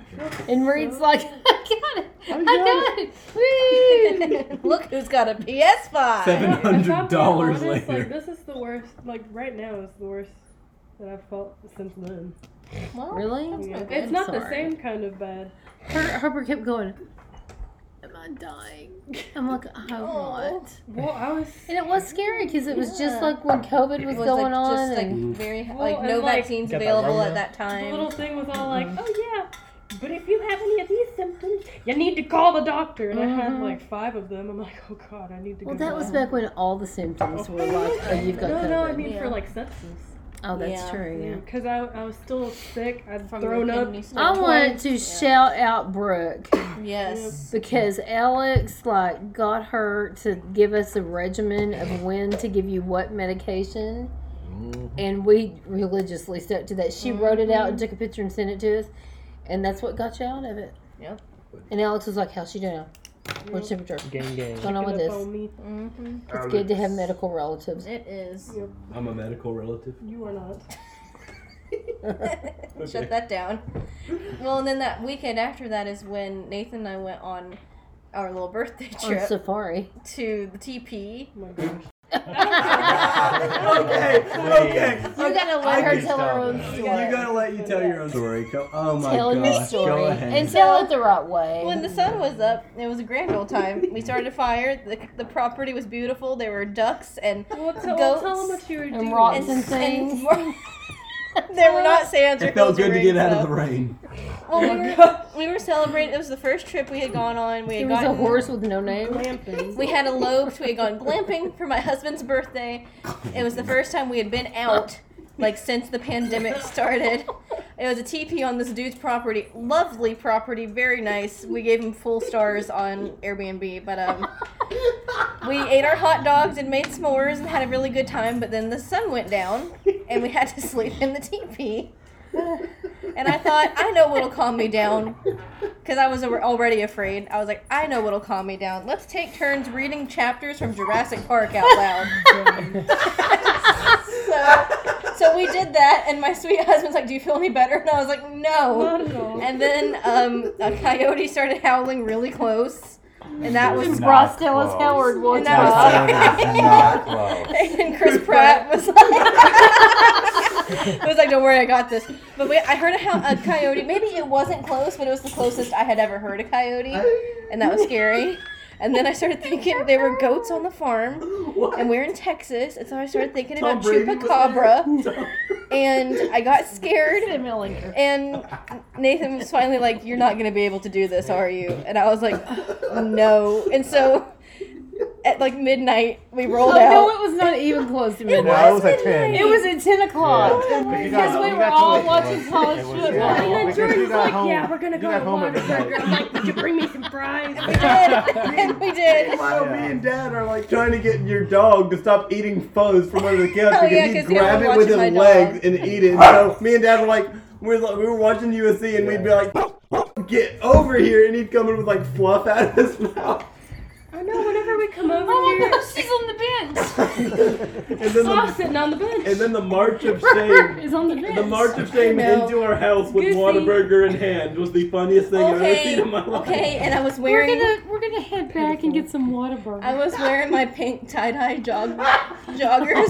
And Reed's like, I got it, I got it, woo!
Look who's got a PS5.
Seven
If I'm being
$100
honest,
later.
Like this is the worst. Like right now is the worst that I've felt since then.
Well,
Really?
Yeah.
not good.
It's not the
Sorry.
same kind of bad.
Her, Harper kept going. Am I dying? I'm like, I'm not.
Well, I was.
And it was scary because it was
Oh. Yeah.
just like when COVID was,
It was
going
like,
on.
just
and-
like
Mm.
very
Well,
like
and,
no
like,
vaccines
Got that
available
Rona.
at that
The
time.
little thing was all
Mm-hmm.
like, oh yeah, but if you have any of these symptoms, you need to call the doctor. And I had
Mhm.
like five of them. I'm like, oh god, I need to
well,
go.
that was
home."
back when all the symptoms were like, oh, you've got
No,
COVID.
no, I mean for
Yeah.
like sepsis.
oh, that's
Yeah.
true. Yeah.
Because I, I was still sick. I'd
From
thrown
the
up.
kidney stone.
I wanted to
Yeah.
shout out Brooke
Yes.
because Alex like got her to give us a regimen of when to give you what medication, and we religiously stuck to that. She wrote it out and took a picture and sent it to us, and that's what got you out of it.
Yep.
And Alex was like, "How's she doing? What's
Yep.
temperature?
Gang gang.
What's going on with
Picking up
this?
on me.
hmm
It's good to have medical relatives."
It is.
I'm a medical relative.
You are not.
Okay.
Shut that down. Well, and then that weekend after that is when Nathan and I went on our little birthday
On
trip
safari.
to the TP.
Oh my gosh.
okay, okay.
You gotta
I
let her
can
tell her
stop
own
that.
story.
You gotta let you tell your own story. Go, oh my
tell
gosh,
your story
go ahead.
and tell it the right way.
When the sun was up, it was a grand old time. We started a fire. The, the property was beautiful. There were ducks and
Well, tell,
goats
tell them what you were doing.
rotten
and,
Some
and
things.
they were not sands or
It felt
cozy
good to get
rings,
out
though.
of the rain.
Well, we were, we were celebrating. It was the first trip we had gone on. We
There
had
Oh, was a
gotten,
horse with no name.
Lamping.
We had eloped. We had gone glamping for my husband's birthday. It was the first time we had been out, like since the pandemic started. It was a TP on this dude's property. Lovely property, very nice. We gave him full stars on Airbnb, but um, we ate our hot dogs and made s'mores and had a really good time. But then the sun went down, and we had to sleep in the TP. And I thought, I know what'll calm me down. Because I was already afraid. I was like, I know what'll calm me down. Let's take turns reading chapters from Jurassic Park out loud. so, so we did that, and my sweet husband's like, Do you feel any better? And I was like,
Not
No.
at all.
And then um, a coyote started howling really close. And that was.
Ross Dallas Howard
And
was
that was
Not close.
and Chris Pratt was like, was like, "Don't worry, I got this." But we, I heard a, ho- a coyote. Maybe it wasn't close, but it was the closest I had ever heard a coyote, and that was scary. And then I started thinking there were goats on the farm, and we're in Texas, and so I started thinking
Tom
about
Brady was
chupacabra,
there.
and I got scared.
Millinger.
And Nathan was finally like, "You're not gonna be able to do this, are you?" And I was like, "No." And so, at like midnight, we
Oh,
rolled out.
no, it was not even close to midnight.
No, it was at ten.
It was at 10 o'clock.
Because
Because we were all watching college
And
football.
then
Because
Jordan's
you got
like,
home-
yeah, we're gonna
you
go
got
to
home at
Whataburger. I'm like, would you bring me some fries?
We did. And we did.
Meanwhile, me and Dad are like trying to get your dog to stop eating fuzz from under the couch
Oh,
because
yeah,
he'd
'cause he
grab
was
it with his
watching my
legs and eat it. And so me and Dad were like, we were, we were watching USC and we'd be like, get over here, and he'd come in with like fluff out of his mouth.
I know. Whenever we come over
Oh my
here,
gosh, she's on the bench.
and then
Saw
the
sitting on the bench
and then the march of shame.
is on the bench.
The march of shame
No.
into our house with
Goofy.
Whataburger in hand was the funniest thing I've ever
Okay,
seen in my life.
okay, and I was
We're
wearing
gonna we're gonna head back and get some water burger.
I was wearing my pink tie dye jog joggers,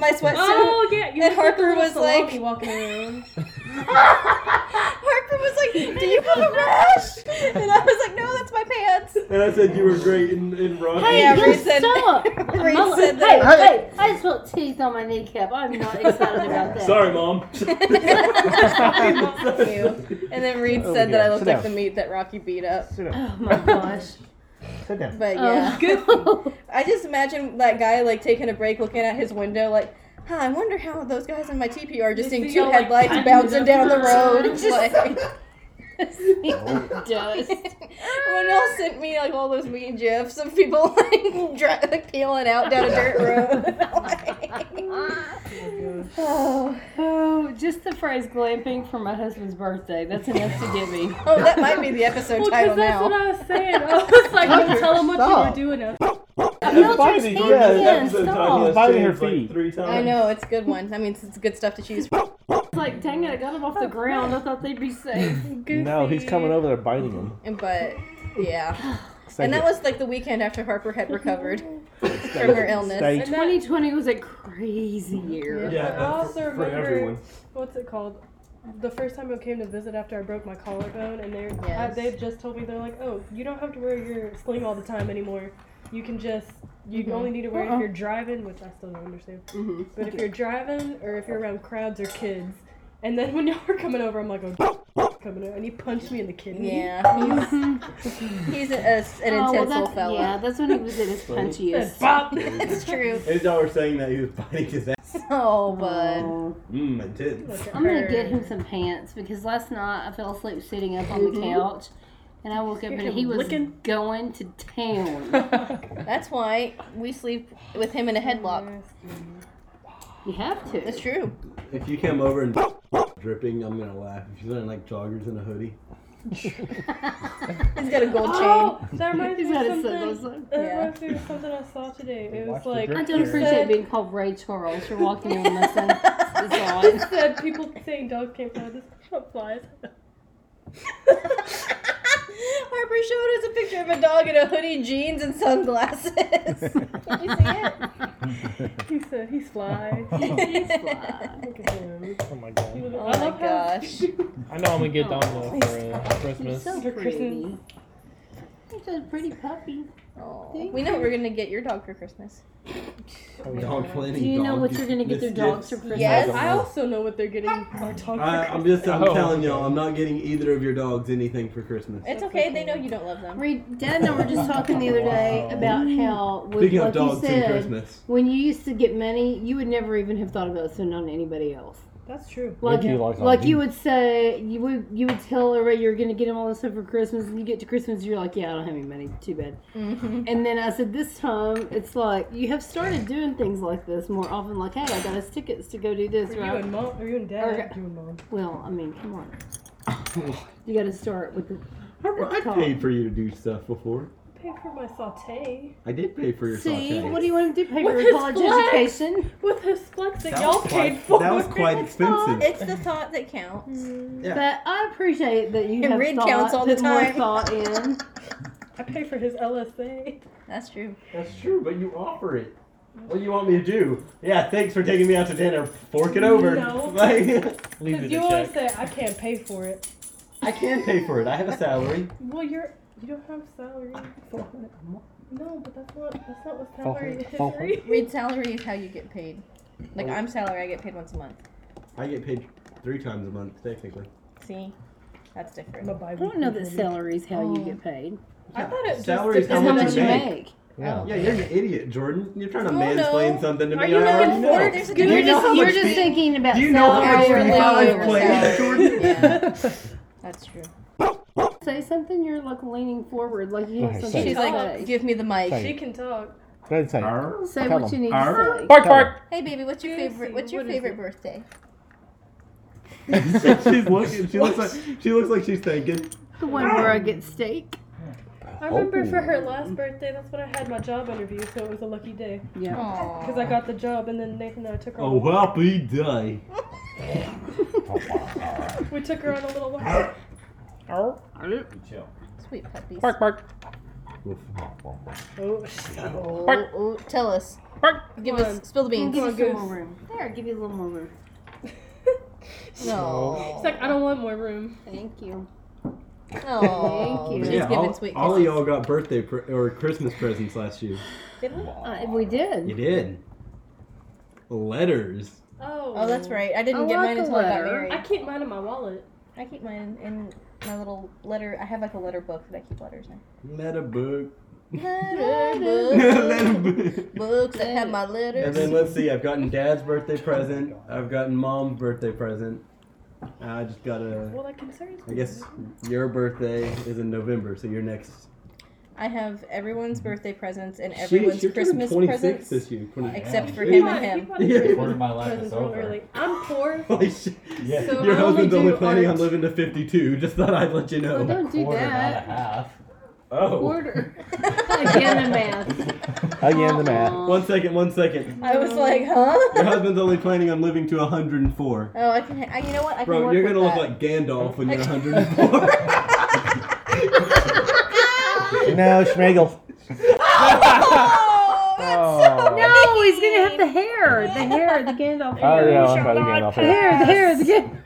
my sweatsuit.
oh yeah, you
and
look like the
Harper
little
was like-
salami walking around.
Harper was like, "Do you have a rash?" And I was like, "No, that's my pants."
And I said you were great in, in rock.
Hey,
Yeah,
you
Reed said-
stop!
Reed
My-
said
Hey,
that.
hey, I just felt teeth on my kneecap. I'm not excited about that.
Sorry, mom.
Ew. and then Reed
Oh,
said that
yeah.
I looked
Sit
like the
down.
meat that Rocky beat up.
Sit
Oh
down.
my gosh.
Sit down.
But yeah,
Oh.
I just imagine that guy like taking a break, looking at his window, like. Huh, I wonder how those guys in my teepee are just
They
seeing
see
two
y'all, like,
headlights
cutting
bouncing
up
down the
the
road.
road.
like,
Dust.
Everyone else sent me like all those mean gifs of people like, dra- like peeling out down a dirt road. oh,
Oh, just the phrase glamping for my husband's birthday. That's enough to get me.
oh, that might be the episode
Well,
title
because that's
now.
what I was saying. I was like, don't tell him what
Stop.
you were doing.
He's biting.
This
Yeah.
episode
stop.
title has
Biting her
changed, like,
feet.
three times.
I know it's a good one. I mean, it's, it's good stuff to choose. from.
It's like, dang it, I got him off the ground. I thought they'd be safe.
Goofy.
No, he's coming over there biting him.
But yeah,
Stay
and that
here.
was like the weekend after Harper had recovered from her illness.
Stay-
And that,
2020 was a crazy year.
Yeah,
I
that's
also
for, for
remember
everyone.
what's it called? The first time I came to visit after I broke my collarbone, and they I
Yes.
they just told me they're like, oh, you don't have to wear your sling all the time anymore. You can just you
Mhm.
only need to wear it
Uh-uh.
if you're driving, which I still don't understand.
hmm
But if you're driving or if you're around crowds or kids, and then when y'all were coming over, I'm like, oh, coming over, and you punched me in the kidney.
Yeah, he's, he's a, a- an
Oh, well,
intense
that's-
little fella.
Yeah, that's when he was at his
And
punchiest.
bop.
It's true.
And y'all were saying that he was biting his ass.
Oh, bud.
Oh.
Mmm, my tits.
Look at
I'm gonna
her.
get him some pants because last night I fell asleep sitting up on the couch, and I woke up and he was
Licking.
going to town.
That's why we sleep with him in a headlock.
you have to.
It's true.
If you come over and dripping, I'm gonna laugh. If you're in like joggers and a hoodie.
He's got a gold chain.
Oh, that reminds me
He's
of
had a
something.
sunglasses on.
That
Yeah.
reminds me of something I saw today. It was
Watch the
like
drip
I
here.
don't appreciate being called Ray Charles for walking in with my son.
it said people saying dogs can't fly. This dog flies.
Harper showed us a picture of a dog in a hoodie, jeans, and sunglasses. Did you see it?
He said he's fly. Look at him.
Oh my god.
Oh my gosh.
I know I'm gonna get Domino for uh,
He's
Christmas.
so
For
pretty.
Christmas.
He's a pretty puppy.
Aw.
Thank
We know what we're gonna get your dog for Christmas.
Oh,
Dog plenty.
Do you know
dog
what you're gonna get their dogs
biscuits.
for Christmas?
Yes.
I also know what they're getting. Our dog.
I, I'm just. I'm
Oh.
telling y'all. I'm not getting either of your dogs anything for Christmas.
It's okay. They know you don't love them.
Reed, Dad and I were just talking the other day about how, with
Speaking
what
of dogs
you
and
said,
Christmas,
when you used to get money, you would never even have thought about spending on anybody else.
That's true.
Like,
you
like,
like
you would say, you would you would tell her you're gonna get him all this stuff for Christmas, and you get to Christmas, you're like, yeah, I don't have any money, too bad.
Mhm.
And then I said, this time it's like you have started doing things like this more often. Like, hey, I got us tickets to go do this,
Are you
right?
and mom? Are you and dad?
Okay.
You and mom?
well, I mean, come on, you got to start with the.
Harper, I
Dog.
paid for you to do stuff before.
I paid for my saute
I did pay for your
See,
saute.
what do you want to do? Pay
With
for your
his
college
flex.
education?
with his flex that,
That
y'all
was
paid
quite-
for.
that was quite expensive.
It's the thought that counts.
But I appreciate that you
And
have
Reed
thought,
counts all the
put more
time.
thought in.
I paid for his LSA.
That's true.
That's true, but you offer it. What do you want me to do? Yeah, thanks for taking me out to dinner. Fork it over.
No.
Like,
Leave
Because
it
you
to
always
check.
say I can't pay for it.
I can pay for it. I have a salary.
Well, you're you don't have salary. No, but that's not that's not what
Fall
salary
for- fall
is.
for-
Reed.
Read salary is how you get paid. Like I'm salary, I get paid once a month.
I get paid three times a month, technically.
See, that's different.
I'm a bi-
I don't know that salary is how you get paid.
I thought it just
Salary is how
It's how
depended
much
much
on
you
you
make.
make.
Yeah.
Yeah, you're an idiot, Jordan. You're trying to
Oh,
mansplain
no.
something to me.
Are you
I
looking
already
forward
know.
There's a
Do you
You're
difference.
know how
just, you're
much
just
pe-
thinking about
Do you know how much
salary.
hourly
P5
or
plays,
salary.
Jordan?
Yeah, that's true.
Say something, you're like leaning forward, like you have
Okay,
something
say
She's
to
like,
say.
give me the mic.
Say.
She can talk.
Go ahead and say it.
Say
Tell
what you
them.
need
Arr.
to say.
Bark, bark.
Hey baby, what's your
Lucy,
favorite? What's your
what is
favorite
it?
birthday?
she's looking. She looks like she looks like she's thinking.
The one where I get steak.
I remember for her
Oh.
last birthday, that's when I had my job interview, so it was a lucky day.
Yeah.
Because I got the job, and then Nathan and I took her
Oh,
on.
happy day.
We took her on a little walk.
Chill.
Sweet puppies.
Bark, bark.
Oh,
Oh, oh, tell us. Give
Come
us.
on.
Spill the beans.
Come
No.
on, goose.
room. There, give you a little more room.
She's like, I don't want more room.
Thank you.
Aw.
Thank you.
She's
Yeah,
giving
all,
sweet
all of
kisses.
y'all got birthday pre- or Christmas presents last year.
Uh, we did.
You did. Letters.
Oh.
Oh, that's right. I didn't
I
get
like
mine
a
until I got
letter.
married.
I keep mine in my wallet.
I keep mine in my little letter. I have like a letter book that I keep letters in.
Letter book.
Letter
Letter
book.
book.
Books that have my
And
letters.
then let's see, I've gotten dad's birthday present. I've gotten mom's birthday present. Uh, I just got a.
Well, that concerns me.
I guess your birthday is in November, so your next.
I have everyone's birthday presents and
Sheesh,
everyone's
you're turning
Christmas
26
presents.
this year. 20
Except for
You
him
bought-
and him.
you bought the
Yeah.
Christmas
Part of my life is
presents real
over.
early. I'm poor.
Holy shit.
Yeah.
So
Your
I only
husband's
do
only planning on
art.
living to 52. Just thought I'd let you
Well,
know.
don't do
Quarter, not a
that.
half.
Oh.
Quarter. Again, the math.
Again, the math.
Aw.
One second, one second.
I was like,
Your
huh?
husband's only planning on living to 104.
Oh, I can. I, you know what? I can
Bro,
work
you're
with
gonna look
that.
like Gandalf when you're 104.
No, Schmegel.
Oh, that's so
No, he's gonna have the hair. The hair, the Gandalf hair.
Oh, yeah, I'm about to get off
The
here.
hair, the hair, the Gandalf.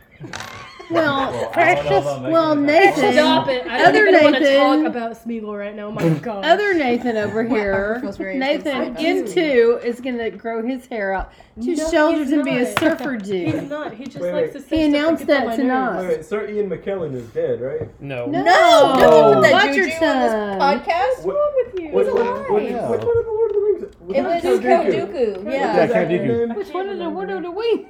Well,
Precious.
well, Nathan.
Stop it. I
Other
don't even want to
Nathan.
talk about Smeagol right now. Oh My God.
Other Nathan over
I
here,
was very
Nathan
excited.
in two is gonna grow his hair out to
No,
shoulders
he's
and be a
not.
surfer
He's
dude.
not. He just
Wait,
likes
wait.
to say
He
stuff
announced
gets
that
on my
to
nerves.
us.
Wait, Sir Ian Mckellen is dead, right?
No.
No,
No, don't you put that
Watch
juju
your
on this
tongue.
podcast.
What-
What's wrong with you?
Which
He's
one,
alive.
which- which one of the Lord of the Rings?
It was Count Dooku. Yeah.
Count Dooku.
Which one of the what are the wings?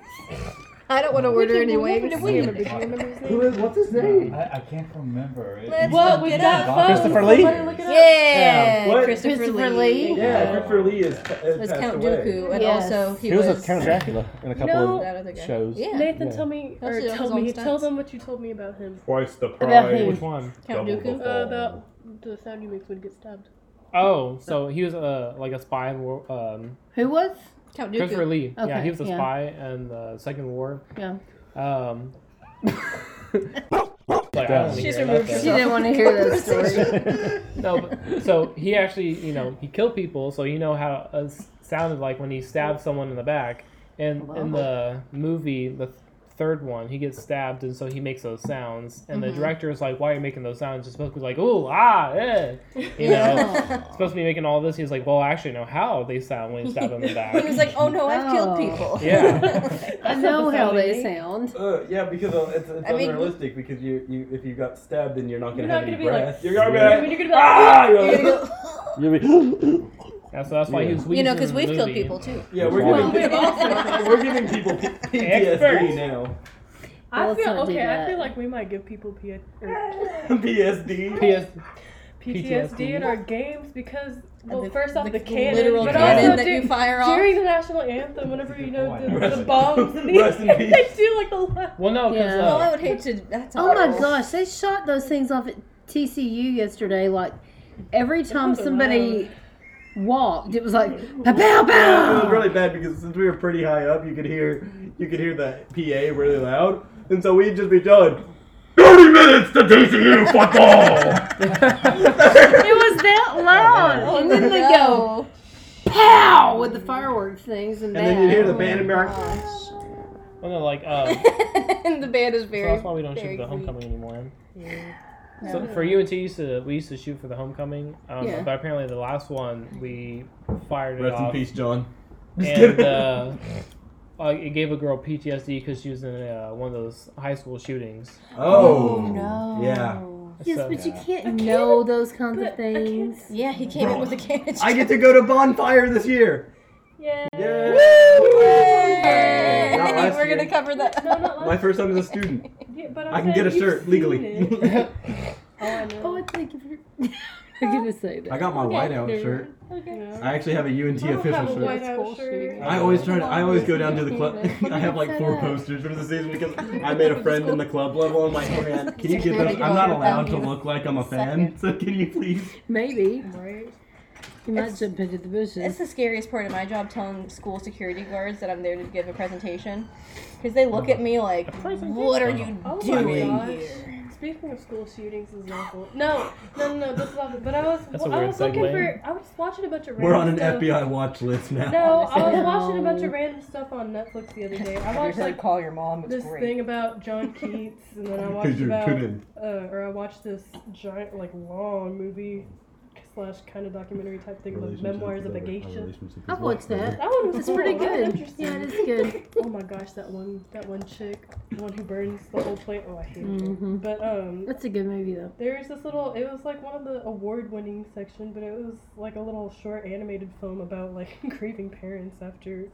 I don't want to order any
What
wings.
are the wings?
Who is, what's his name?
I, I can't remember. It-
Let's
What
look
was
it
that
up.
phone?
Christopher Lee?
Somebody look it up.
Yeah,
What?
Christopher,
Christopher
Lee.
Lee?
Yeah, Christopher Lee is, uh,
It was
passed
Count
away.
Dooku, and
Yes.
also he,
He was a Count Dracula in a couple
No.
of
that other guy.
shows.
Yeah,
Nathan,
Yeah.
tell me,
That's
or
his
tell
own
me,
stunts.
tell them what you told me about him.
Twice the
About
price.
who?
Which one?
Count
Double the
Dooku.
fall.
Uh, about the sound you make when you get stabbed.
Oh, so he was uh, like a spy in war. Um,
Who was?
Count
Christopher
Dooku.
Lee. yeah,
Okay,
he was a
yeah.
spy in the Second War.
Yeah.
Um,
She's
removed
She didn't want to hear that story.
No, but, so he actually, you know, he killed people. So you know how it s- sounded like when he stabbed someone in the back. And in the movie, the th- third one, he gets stabbed, and so he makes those sounds. And
Mm-hmm.
the director is like, "Why are you making those sounds?" You're supposed to be like, "Ooh, ah, eh," you know. supposed to be making all this. He's like, "Well, actually, no. How they sound when you stab them in the
He was
back?"
like, "Oh no, I've
Oh.
killed people."
Yeah.
I know how they sound.
Uh, yeah, because uh, it's, it's
I mean-
unrealistic because you, you if you got stabbed then you're not gonna
You're
have
not
any
gonna be like-
breath. you're gonna be
I
like,
mean, you're gonna be like,
ah! You're
You're
gonna go,
gonna
You'll be-
Yeah, so that's why he was.
go, you know,
wheezing
because
in the
we've killed
movie.
people too.
yeah, we're
Well,
giving people, we're giving people P-
Experts.
PTSD now.
I
Let's
feel
not do
okay. I
that.
feel like we might give people P- or
PSD.
P.S.
PTSD in
PTSD.
our games because, well,
The-
first off, the, cannon,
literal
but
cannon
also
that
du-
you fire off.
during the national anthem, whenever you know the, the
Rest-
bombs, and the-
rest in peace.
they do like the laugh.
Well, no, because
Yeah.
oh, I
uh,
would hate to. That's
Oh my
horrible.
gosh, they shot those things off at TCU yesterday. Like every time
was
somebody walked, it was like pow pow
Yeah, it was
pow.
really bad because since we were pretty high up, you could hear you could hear the PA really loud, and so we'd just be done. 30 minutes to DCU football!
It was that
Oh,
Oh,
loud, and then they go
No.
pow with the fireworks things and,
and then you hear the
that.
band and be
Uh,
like,
well, no, like, um, so
and the band is very.
that's why we don't shoot
very
for the
weak.
homecoming anymore. So for UNT, used to we used to shoot for the homecoming, um,
Yeah.
but apparently the last one we fired it
Rest in
off,
peace, John.
and uh, uh, it gave a girl PTSD because she was in uh, one of those high school shootings.
Oh,
no.
yeah.
Yes,
So-
but you can't know those kinds
But I
of things.
can't-
Yeah, he came in with a cannon.
I get to go to Bonfire this year.
Yeah.
Yeah.
Yay!
Not last
We're
year.
gonna cover that.
No, not
My
last.
first time as a student.
Yeah, but I'm
I can get a
saying
shirt
you've
legally.
seen it. Oh, I know.
Oh, thank you for. I'm gonna say that.
I got my whiteout
never
shirt.
Yeah.
I actually have a UNT
I don't
official
have a
shirt.
white
That's cool.
out shirt.
I always try to. I always go down to the
Yeah.
club. I have like four posters for the season because I made a friend in the club level. I'm like, man, can you get those? I'm not allowed to look like I'm a fan, so can you please?
Maybe
Right.
you might
It's-
jump into the bushes.
It's the scariest part of my job telling school security guards that I'm there to give a presentation. Because they look at me like, what are you
Oh my
doing
gosh.
here?
Speaking of school shootings is awful. No, no, no, no, this is awful. But I was,
That's a
I
weird
was looking
segue.
for, I was watching a bunch of
We're on an
random stuff.
FBI watch list now.
No, I was
No.
watching a bunch of random stuff on Netflix the other day. I
Have you
watched
heard
like
Call Your Mom? It's
this
great.
thing about John Keats, and then I
Because
watched
you're
about,
tuned
uh, or I watched this giant, like long movie slash kind of documentary type thing, the memoirs of a geisha.
I've watched that.
That one was
It's pretty
cool. That was
good.
interesting.
Yeah, it is good.
Oh my gosh, that one, that one chick, the one who burns the whole plate. Oh, I hate her.
Mhm.
But um,
That's a good movie though.
There's this little. It was like one of the award-winning section, but it was like a little short animated film about like grieving parents after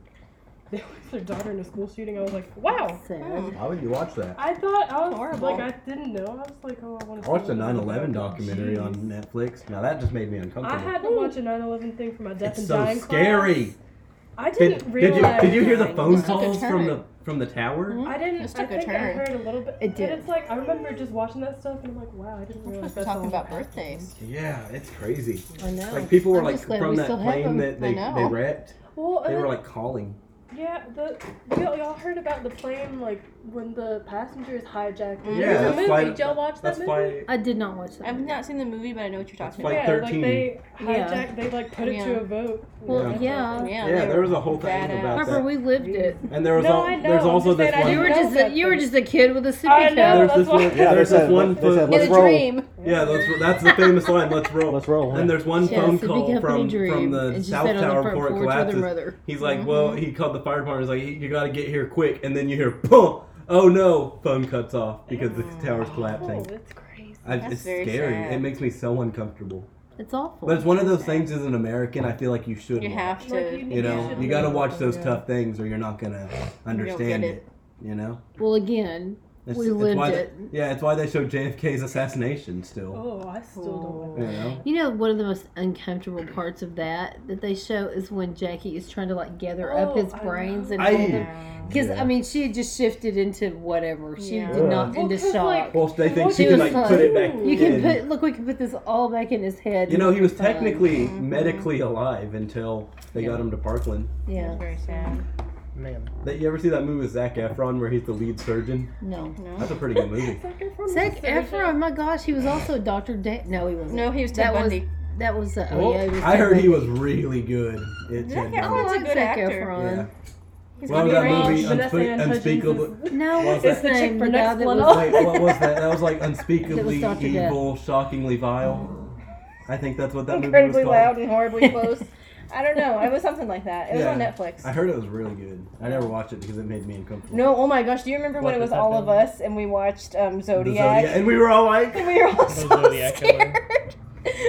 they lost their daughter in a school shooting. I was like, wow.
Sad.
Why would you watch that?
I thought I was
Horrible.
like I didn't know. I was like, oh, I want to.
I watched a 9/11 documentary on Netflix. Now that just made me
Oh, I
uncomfortable.
had to watch a 9/11 thing for my death
it's
and
so
dying
scary.
class. I
Did,
didn't
did you
realize.
did you hear the phone
Just took a
calls from
turn.
the from the tower?
I didn't.
Just
I
took a
think I
turn.
heard a little bit.
It did.
And it's like I remember just watching that stuff and I'm like, wow, I didn't
We're
realize
supposed to be talking
that's all
about
that happened.
birthdays.
Yeah, it's crazy.
I know.
Like people were
I'm
like
just glad
from
we
that
still have
plane
them.
that they,
I
they
know.
wrecked.
Well, and
They were
then-
like calling.
Yeah, the y'all, y'all heard about the plane like when the passenger is hijacked.
Mm-hmm.
Yeah,
There's
that's
a movie.
why-
Did y'all watch that
That's
movie?
why.
I did not watch that.
I've not seen the movie, but I know what you're talking about.
That's like
yeah, like
13.
they
Yeah.
hijacked. They like put it to
Yeah.
a vote.
Well,
Yeah.
yeah.
Yeah,
Yeah,
they
there
were
was a whole thing
badass.
about
Remember,
that.
we lived it.
And there was
No,
al-
I know,
there's
I'm
also
just
this
saying I
one.
You were
know
just a,
that
you were
thing.
just a kid with a
I
sippy
know.
cup.
There's
that's
this
why-
one.
Yeah,
they
there's this
said-
one.
they
phone-
said,
It's
Let's
a
roll.
dream.
Yeah, that's that's the famous line. Let's roll.
Let's roll.
And there's one
Yes,
phone
it became
call
a
from
dream.
from the
And she
South
sat on the
Tower
front
before it
porch with her
collapses.
mother.
He's like, well, he called the fire department. He's like, you got to get here quick. And then you hear, boom. Oh no! Phone cuts off because the tower's
Oh,
collapsing.
it's crazy.
I,
That's
it's
very
scary.
sad.
It makes me so uncomfortable.
It's awful.
But it's one of those things. As an American, I feel like you should.
You
watch.
have
Like,
to.
you
You know,
Yeah.
you gotta watch those
Yeah.
tough things, or you're not gonna understand
it.
it. You know,
well, again,
It's-
We
it's
lived
why they-
it.
yeah, it's why they show JFK's assassination still.
Oh, I still don't like
You know,
you know one of the most uncomfortable parts of that that they show is when Jackie is trying to like gather up
Oh,
his
I
brains and
I-
hold them. Because
Yeah.
I mean, she had just shifted into whatever. She
Yeah.
did not
Well,
into
'cause,
shock.
like,
well, they think
Well,
she
she
can
was
like put it back.
fine.
you can
in.
put look, we can put this all back in his head.
You know, he was
Fun.
technically medically alive until they got him to Parkland.
Yeah.
Very sad.
Man,
That you ever see that movie with Zac Efron where he's the lead surgeon?
No.
That's a pretty good movie.
Zac Efron.
Zac
was a surgeon.
Efron, my gosh, he was also Doctor Death. No, he wasn't.
No, he was Ted
that was
Bundy.
that was. Uh, oh yeah, he was
I
Ted
heard
Bundy.
he was really good. It
Zac
I
Efron's a
like
good
Zac
actor.
Efron.
Yeah.
He's
Well,
got
that
range.
movie
Vanessa
unspe-
Ann
unspeakable.
Hudgens is-
No,
What
what's
was
his
It's the chick
name?
for
The guy
next
that
level.
was
Wait, what was that? That was like unspeakably
Dr. Death.
evil, shockingly vile. I think that's what that
incredibly
movie was called.
loud and horribly close. I don't know. It was something like that. It was on
Yeah.
Netflix.
I heard it was really good. I never watched it because it made me uncomfortable.
No, oh my gosh, do you remember when
What
it
does
was
that
all of
mean?
us and we watched um,
The
Zodiac?
and we were all like,
And we were all so
Zodiac killer.
scared.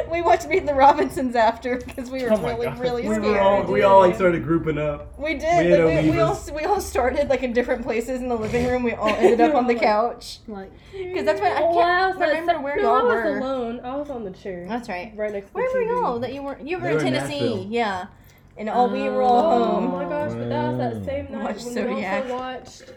we watched Meet the Robinsons after because we were
Oh my
really,
God.
really
we
scared.
were all, we all like started grouping up.
We did.
we had
like, we, we all
amoebas.
we all started like in different places in the living room. We all ended up on the couch
Like,
because that's what I
Well, Oh, I was
can't
like,
remember where
no, I
y'all
was
were.
alone. I was on the chair,
That's right.
right next to
Where
the
were
TV.
y'all that you were? You were
They
in
were in
Tennessee,
Nashville.
yeah. And all we were all
Oh,
home.
my gosh, but that was that same night
Watched
when
Zodiac.
we also watched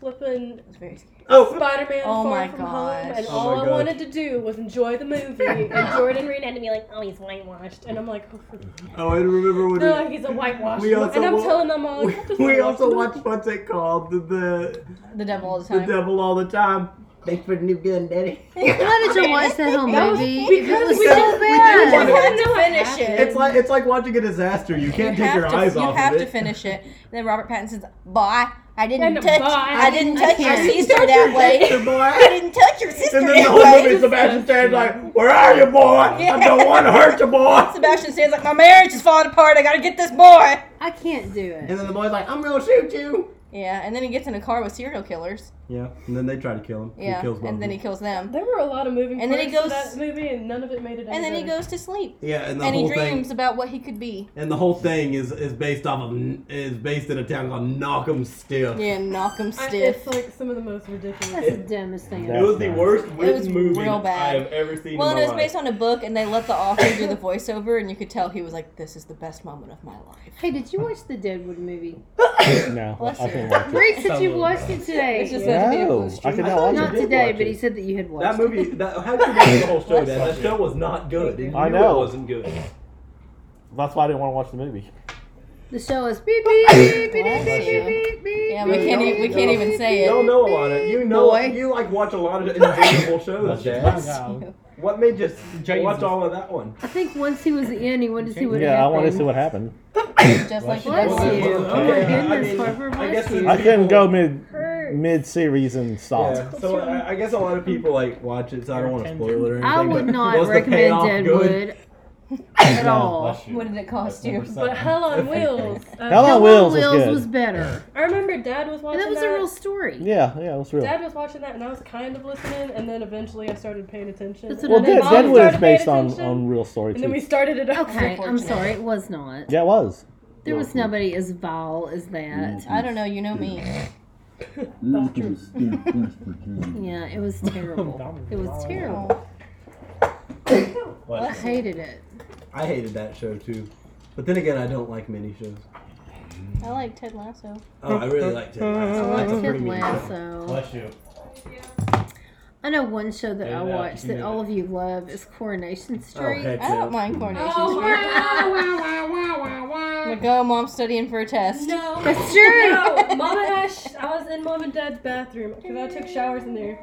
flipping
It was very scary.
Oh,
Spider-Man
Oh
Far
my
From Home,
gosh.
and
Oh
all
my
I
gosh.
wanted to do was enjoy the movie. and Jordan Reed had to be like, "Oh, he's whitewashed," and I'm like, oh, for-
oh, I remember when
"No, he's a whitewash."
We also
and I'm
wa-
telling them all,
we,
like, "I'm just
we
whitewashed."
also watched what's it called? The the,
The devil all the
the
time.
devil all the time. Thanks for the new gun, daddy.
why did you watch that whole
That was
movie?
because
it was
we
so
didn't-
we
bad.
didn't want
had to finish it.
It's like it's like watching a disaster. You can't
you
take
have
your
to,
eyes
you
off
have
of
to
it.
finish it. And then Robert Pattinson's, "Boy, I didn't
And
touch,
boy,
I, didn't touch your
I didn't
sister that way.
Your boy.
I didn't touch your sister
And then the
that
whole
way."
movie, Sebastian Stan's like, "Where are you, boy? I don't want to hurt you, boy."
Sebastian stands like, "My marriage is falling apart. I gotta get this boy."
I can't do it.
And then the boy's like, "I'm gonna shoot you."
Yeah, and then he gets in a car with serial killers.
Yeah, and then they try to kill him.
Yeah,
he kills both
and then he
of them.
kills them.
There were a lot of moving
And then he
parts to
goes-
that movie, and none of it made it. any
And then he
better.
goes to sleep.
Yeah, and the
And he
whole
dreams
thing.
about what he could be.
And the whole thing is is based off of is based in a town called Knock'em Stiff.
Yeah, knock him
I-
stiff.
it's like some of the most ridiculous.
That's the dumbest thing.
That-
It was the worst
was
wit movie
real
I
bad.
have ever seen
Well,
in
and
my
it was
life.
based on a book, and they let the author do the voiceover, and you could tell he was like, "This is the best moment of my life."
Hey, did you watch the Deadwood movie?
No,
Bless
I
you.
didn't like it.
Reese said you
Someone-
watched it today.
It's just
No,
meant to be a blue
I
streak.
did not
I
watch
thought
it.
Not
You did
today,
watch
but
it.
he said that you had watched
That
it.
movie, that, how could you make the whole show that? That show was not good. And you
I
knew
know.
it wasn't good.
That's why I didn't want to watch the movie.
The show is beep beep beep
Bless
beep
you.
beep beep beep.
Yeah, we can't. e- We can't even say
Y'all
it.
know a lot of you know
Boy.
you like watch a lot of enjoyable shows. Jazz.
Wow.
What made you s-
Jesus.
watch all of that one?
I think once he was in, he wanted to see what
Yeah, I
happened.
want to see what happened.
Just like the
Bless
other one.
you. Oh my
Okay, I
goodness,
mean,
Harper,
I
bless
guess
you.
I couldn't go mid
Hurt.
mid series and stop.
Yeah, so I, I guess a lot of people like watch it, so I don't want to spoil it or anything.
I would
but
not
was the
recommend
payoff good?
Deadwood at all.
What did it cost you?
But Hell on Wheels. uh,
Hell on
Hell
Wheels was
Wheels
good.
was better.
I remember Dad was watching
And that was a real story.
Yeah, yeah, it was real.
Dad was watching that, and I was kind of listening, and then eventually I started paying attention.
That's
and
what
well,
I
then
Dead,
meant.
Mom
Deadwood is
started paying
based on,
attention,
on real story
And then we
too.
started it up.
Okay, I'm sorry, it was not.
Yeah, it was.
There was nobody as vile as that.
I don't know. You know me.
Yeah, it was terrible. It was terrible. I hated it.
I hated that show too. But then again, I don't like many shows.
I like Ted Lasso.
Oh, I really liked it.
I
That's a
liked
pretty
Ted
mean show.
Lasso.
Bless you.
I know one show that I
Yeah,
watched
you
that
know
all of you love is Coronation
Oh,
Street.
heck
I don't
no.
mind Coronation
Oh,
Street. I'm like, oh, mom's studying for a test.
No.
That's true.
No, mom and I, sh- I was in mom and dad's bathroom because I took showers in there,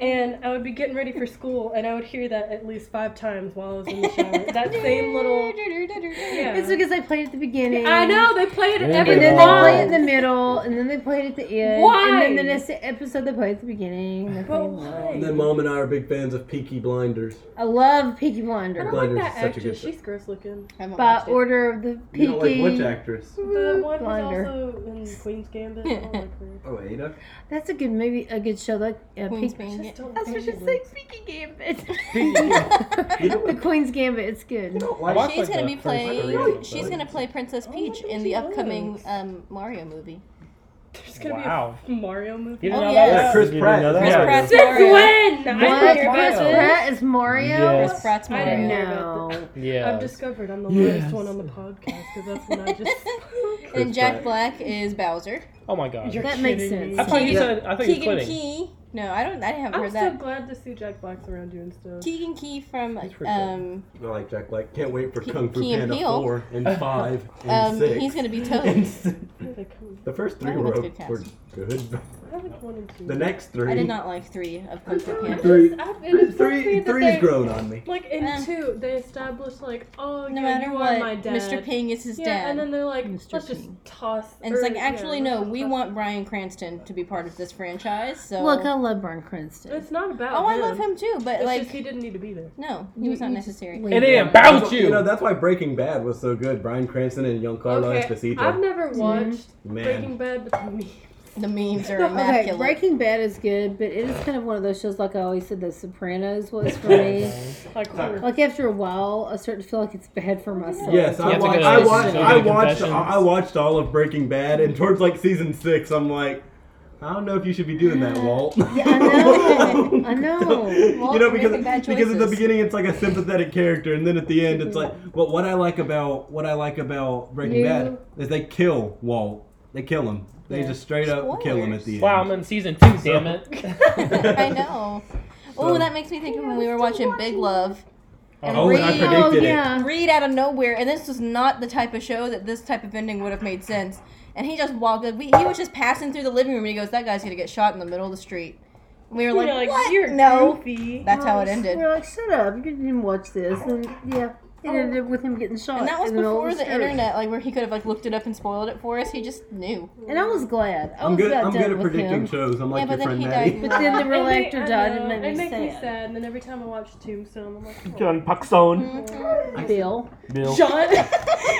and I would be getting ready for school, and I would hear that at least five times while I was in the shower. That same little. Yeah.
It's because they played at the beginning.
I know they play it at
Yeah.
every
And then they
Why?
play it in the middle, and then they play it at the end.
Why?
And then the next episode they play it at the beginning. and they play
But
it in the middle.
why?
And then mom and I are big fans of Peaky Blinders.
I love Peaky
I
Blinders.
don't like
Blinders
that
is such a good
actress.
show.
She's gross looking.
Haven't
By
watched it.
order of the Peaky.
You don't like which actress?
The one who's
Blinder.
also in Queen's Gambit. I don't like her.
Oh, Ada.
That's a good movie, a good show. Like uh,
Queen's
Peaky.
Gambit.
Just don't
That's
think
what
she
she's
looks-
saying. Peaky Gambit. the Queen's Gambit. It's
You
good.
don't like
Why?
She's
Like
gonna
the
be
first
playing.
three.
She's gonna play Princess Peach
wonder
in
Oh, what
the
she
upcoming
looks.
um, Mario movie.
There's gonna
Wow.
be a Mario movie.
You
Oh,
didn't know
yes.
that?
Chris
You didn't
Pratt.
know that?
Chris
Yeah.
Pratt's
Since
Mario.
when? I
What?
didn't hear about
Chris
this.
Pratt is Mario.
Yes.
Chris Pratt's
I didn't
Mario.
know.
No.
Yeah.
I've discovered I'm the
Yes.
lowest one on the podcast because that's when I just.
And Jack Black is Bowser.
Oh my god.
You're
That makes
kidding
sense.
me.
I thought you said. I thought you
Keegan
were quitting.
Key. No, I don't. I haven't
I'm
heard
so
that.
glad to see Jack Black's around you and stuff.
Keegan Key from
pretty
um,
I like Jack Black. Can't wait for
Pe-
Kung Fu
Key and
Panda
Peele.
4 and 5 and
um
6.
he's gonna be
And
Toad.
s-
They come-
the first three
Oh,
were,
that's
o-
good cast.
were good.
I like one and two.
The next three.
I did not like three of Kung Fu Panda.
Three-
I- it upsets me
Three,
that
three's
they-
grown on me.
Like in
Eh.
two, they established like, oh,
No
yeah,
matter
you
what,
are my dad.
Mr. Ping is his
yeah,
dad.
and then they're like,
Mr.
let's just
Ping.
toss.
And it's
or,
like,
yeah,
actually,
let's
no,
just
we
toss-
want Brian Cranston to be part of this franchise. So
Look, uh, I love Brian Cranston.
It's not about.
oh, I love him too, but
It's
like,
just he didn't need to be there.
no, he was not necessary.
It ain't about
You know,
you.
that's why Breaking Bad was so good. Brian Cranston and Giancarlo
Okay, I've
Esposito.
Mm-hmm.
never watched Breaking
Man.
Bad, but the meme.
The memes are
Okay,
immaculate.
Breaking Bad is good, but it is kind of one of those shows, like I always said, The Sopranos was for me.
Like, cool.
Like after a while, I start to feel like it's bad for myself.
Yes,
You
I
have to
watched,
go
I
to-
watched.
go to
I watched.
confessions.
I watched all of Breaking Bad, and towards like season six, I'm like, I don't know if you should be doing that, Walt.
Yeah, I know. I know.
Walt,
you know
you're
because
making bad
because at the
choices.
beginning it's like a sympathetic character, and then at the end it's like, well, what I like about what I like about Breaking
You-
Bad is they kill Walt. They kill him. They
Yeah.
just straight up kill him at the end.
Wow, I'm in season two. Damn it.
I know. Oh,
So-
that makes me think of when we were watching Big Love. And
Oh, and I
Reed-
predicted
Oh
it.
yeah.
Reed out of nowhere, and this was not the type of show that this type of ending would have made sense. And he just walked. Like, we, he was just passing through the living room, and he goes, "That guy's gonna get shot in the middle of the street." And we were like,
You're like,
"What?
you're
no."
goofy.
That's how it ended.
We're like, shut up! You didn't watch this, and yeah, It ended with him getting shot.
And that was
in middle
before
of
the
street.
internet, like where he could have like looked it up and spoiled it for us. He just knew.
And I was glad. I
I'm
was
good.
glad
I'm
done
good at
with
predicting
him.
shows. I'm like
yeah, but
your
then
friend
he
Maddie.
died.
But then the real
make-
actor
I
died.
know,
It made me
makes me
sad.
sad, and then every time I watch Tombstone, I'm like, oh.
John Paxson.
Mm-hmm.
Bill.
Bill.
John,
John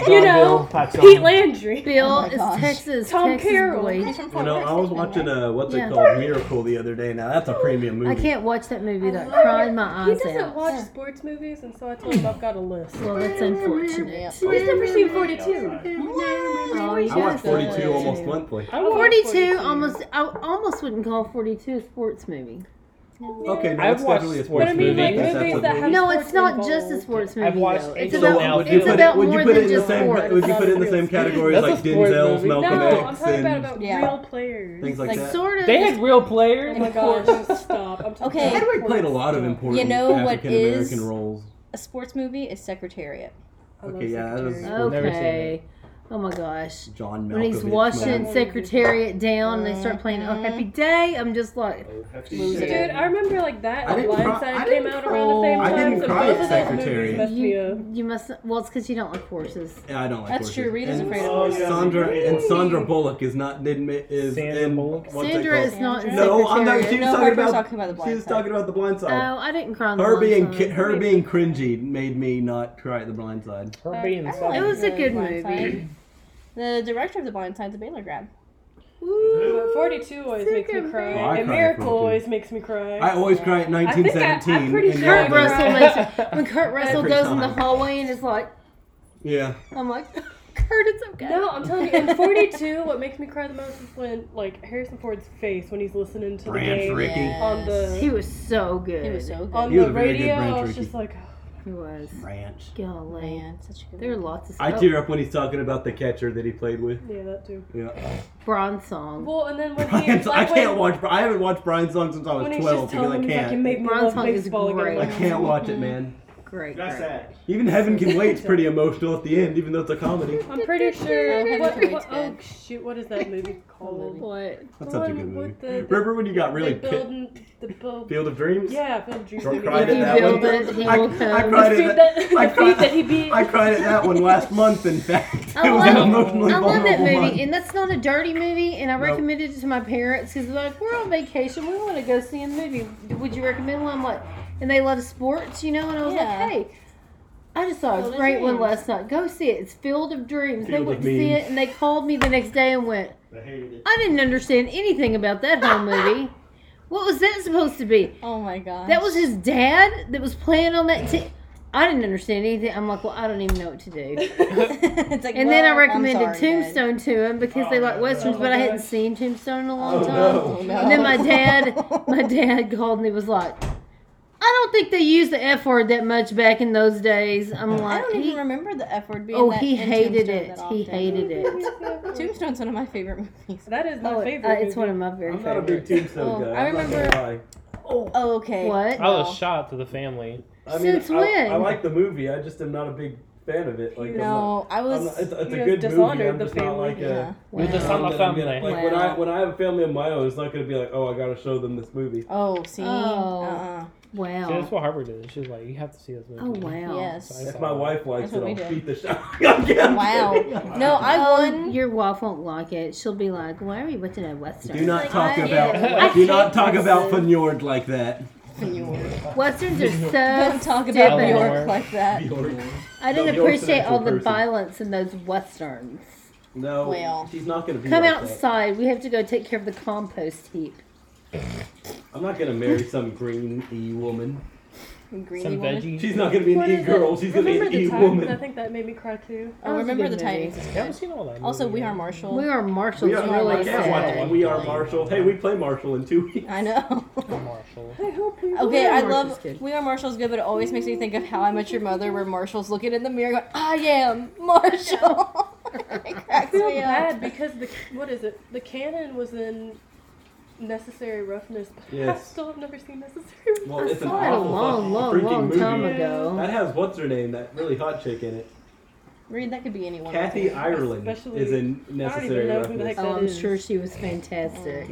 you know,
Bill Paxson.
Pete Landry,
Bill
Oh my
is
gosh.
Texas.
Tom
Texas
Carroll.
boy.
He's from
You
Fort
know,
Worth,
I was
isn't he,
watching
right?
uh, what's
Yeah.
it called, Miracle, the other day. Now that's a premium movie.
I can't watch that movie without
love
crying
it.
my
he
eyes
doesn't
out.
watch sports movies, and so I told him I've got a list.
Well, that's unfortunate.
Yeah.
He's never seen 42.
Oh, you
I watch
gotta
Forty
do
Two
it.
almost monthly.
I watched-
42 almost I almost wouldn't call 42 a sports movie.
Okay, no,
I've
it's definitely a sports
watched sports
But I mean,
movie.
like
movies.
That's
movies that
absolutely-
have
No, it's not
sports
just a
involved.
sports
I've
movie
watched
though. It's
Eight
So
Days
about
Out.
would you
it's
put
about
it? Would you
more
put
than
it in the
just
same?
sports.
Would you put it in the same category as
That's a
like
sports
Denzel's,
movie.
No,
Malcolm
I'm
X,
talking about,
and
about
Yeah.
real players.
things like
Like,
that?
Sort of.
They had real
oh
players.
my gosh, stop. I'm talking
Okay.
about
Hedwig played a lot of
sports.
important
You know what
African American
is-
roles.
A sports movie is Secretariat.
I love
Okay, yeah, that
Secretary.
was
Never seen
Okay. Oh my gosh.
John Malkovich.
When he's
moment.
washing
Malkovich.
Secretariat down and they start playing Oh Happy Day, I'm just like,
Lose
Dude,
it.
I remember like that
I
and
didn't cry-
Blindside
I
came
didn't
out around the same
cry.
time.
I didn't
so
cry
both
at
of those
Secretary.
movies messed me up.
you, you must, well, it's because you don't like horses.
Yeah, I don't like
That's
horses.
true, Rita's
and
afraid of
horses.
Sandra and
Yay.
Sandra Bullock is not didn't ma- is
Sandra
in
Bullock?
what's it
Sandra
called?
is not in
No, I'm not.
Secretariat.
She was
No,
talking
Harper's
about.
talking about The
she was
Blind Side.
talking about the blind side.
Oh, I didn't cry on the
her being
Blind
ki-
Side.
her being cringy made me not cry at the blind side.
Her being
I
so-
It was
The
a good
Blind
movie.
The director of The Blind Side's a Baylor grad.
But 42 always makes me cry,
Well,
I
and
cry at
Miracle
42.
always makes me cry.
I always cry at
I think I-
1917.
I'm pretty
and
sure I
Yardbirds.
Kurt Russell
Right.
makes it. When Kurt Russell
Every
goes in the
time.
hallway and is like,
Yeah.
I'm like, Kurt, it's okay.
No, I'm telling you, in 42, what makes me cry the most is when, like, Harrison Ford's face when he's listening to the
Branch
game
Ricky.
Yeah.
on
He
the
was so good.
He was so good.
on
He was
the
a very good
radio.
Branch
I was
Rickey.
just like, "Oh,
He was.
Ranch.
Golly.
Man, such a good
There are
movie.
lots of stuff.
I tear up when he's talking about the catcher that he played with.
yeah, that too.
Yeah.
Bronze song.
Well, and then when he,
Brian's, I
like, when-
can't watch. I haven't watched Brian's song since I was
when he's
12
just
because I
telling him, like, you
can't.
make me
Bronze
love
Hunk is
baseball again.
I
great.
Like,
can't watch it, man.
Great,
That's
great.
that.
Even Heaven Can Wait's pretty emotional at the end, even though it's a comedy.
I'm pretty
Oh,
sure.
Heaven
What,
Can Wait's
what, oh
good.
shoot! What is that movie called?
What?
The
That's such a
one
good movie.
with the- the-
Remember when you got really
the
pissed?
building, the build.
Field of Dreams?
Yeah, Field of Dreams.
Don't
movie.
cry
If
to
you
that
build
one.
it, he
I,
will
I
come.
The
cried at
feet
that.
that,
I
the
cried-
feet that he beat.
I cried at that one last month. In fact,
I
it was an
love-
emotionally
I love that
vulnerable
movie,
month.
and that's not a dirty movie. And I
Nope.
recommended it to my parents because like we're on vacation, we want to go see a movie. Would you recommend one? I'm like, and they love sports, you know. And I was
Yeah.
like, hey, I just saw
Field
a
of
great one
Dreams.
last night. Go see it. It's Field of Dreams.
Field
they
of
went to see
Memes.
it, and they called me the next day and went,
I hated it.
I didn't understand anything about that whole movie. What was that supposed to be?
Oh my god.
That was his dad that was playing on that team. I didn't understand anything. I'm like, well, I don't even know what to do.
it's like,
And
well,
then I
I'm
recommended
sorry, guys.
Tombstone to him because they
Oh,
like
no.
westerns,
Oh,
but I hadn't
gosh.
seen Tombstone in a long
Oh,
time.
no.
Oh, no.
And then my dad, my dad called and he was like, "I don't think they used the f word that much back in those days." I'm
I
like,
don't
he,
even remember the F word being
"Oh,
that
he
in
hated
Tombstone
it.
that
He
often.
hated it."
Tombstone's one of my favorite movies.
That is my
Oh, it-
favorite.
uh, it's one of
movie.
my very
I'm not a big
favorites.
tombstone
Oh,
guy.
I
I'm not gonna
remember-
lie.
Oh, okay.
What?
I was a shot to the family.
I
Since
I,
when?
I like the movie. I just am not a big fan of it. Like, I'm not-
No, I
I'm
was.
not- it's, it's
you
a
know,
good movie.
dishonored
I'm
the
just not
family.
like a.
We're just
I'm
on the
not gonna-
family.
Like when
Wow.
I when I have a family of my own, it's not gonna be like, oh, I gotta show them this movie.
Oh, see.
Oh.
Uh-uh.
Wow.
See, that's what Harper did. She was like, "You have to see this movie."
oh wow.
Yes.
If my wife likes
That's
it,
what
I'll
we do.
beat the shit out of him.
Wow. No, I
Um,
won.
Your wife won't like it. She'll be like, "Why are you watching a western?"
Do not
Like,
talk
I-
about.
I
Do not
hate
talk about
horses.
Fenord like that.
Westerns are
Don't
so.
talk
stupid.
about
Bjork.
Bjork like that.
I didn't
No, you're
appreciate all the
sentimental person.
violence in those westerns.
No,
Well.
she's not gonna be
Come
like that.
outside. We have to go take care of the compost heap.
I'm not gonna marry some green e woman.
Greeny
Some
woman.
veggies.
She's not gonna be
What
an e
is
girl.
it?
She's gonna be
Remember
an
the
e
Titans?
woman.
I think that made me cry too.
Oh, remember the
That was a good
Titans. is
I haven't
good.
seen all that.
Also,
movie
We
yet.
Are Marshall.
We are Marshall's
We are,
really
I can't watch
sad.
it. We are Marshall. Hey, we play Marshall in two weeks.
I know.
Marshall.
I hope you.
Okay,
Are
I
Marshall's
love
good.
We Are Marshall's good, but it always makes me think of How I Met Your Mother, where Marshall's looking in the mirror going, I am Marshall. it
I
cracks
feel
me
bad
up.
because the what is it? The canon was in Necessary Roughness. But I
Yes.
still have never seen Necessary Roughness.
Well,
I
it's an
saw it a
awful
long,
fucking
long,
freaking
long
movie.
time ago.
That has what's her name? That really hot chick in it.
Reed, that could be anyone.
Kathy Ireland
Especially-
is in
I
necessary
don't even know who the heck
roughness.
Oh,
that
I'm
is.
sure she was fantastic.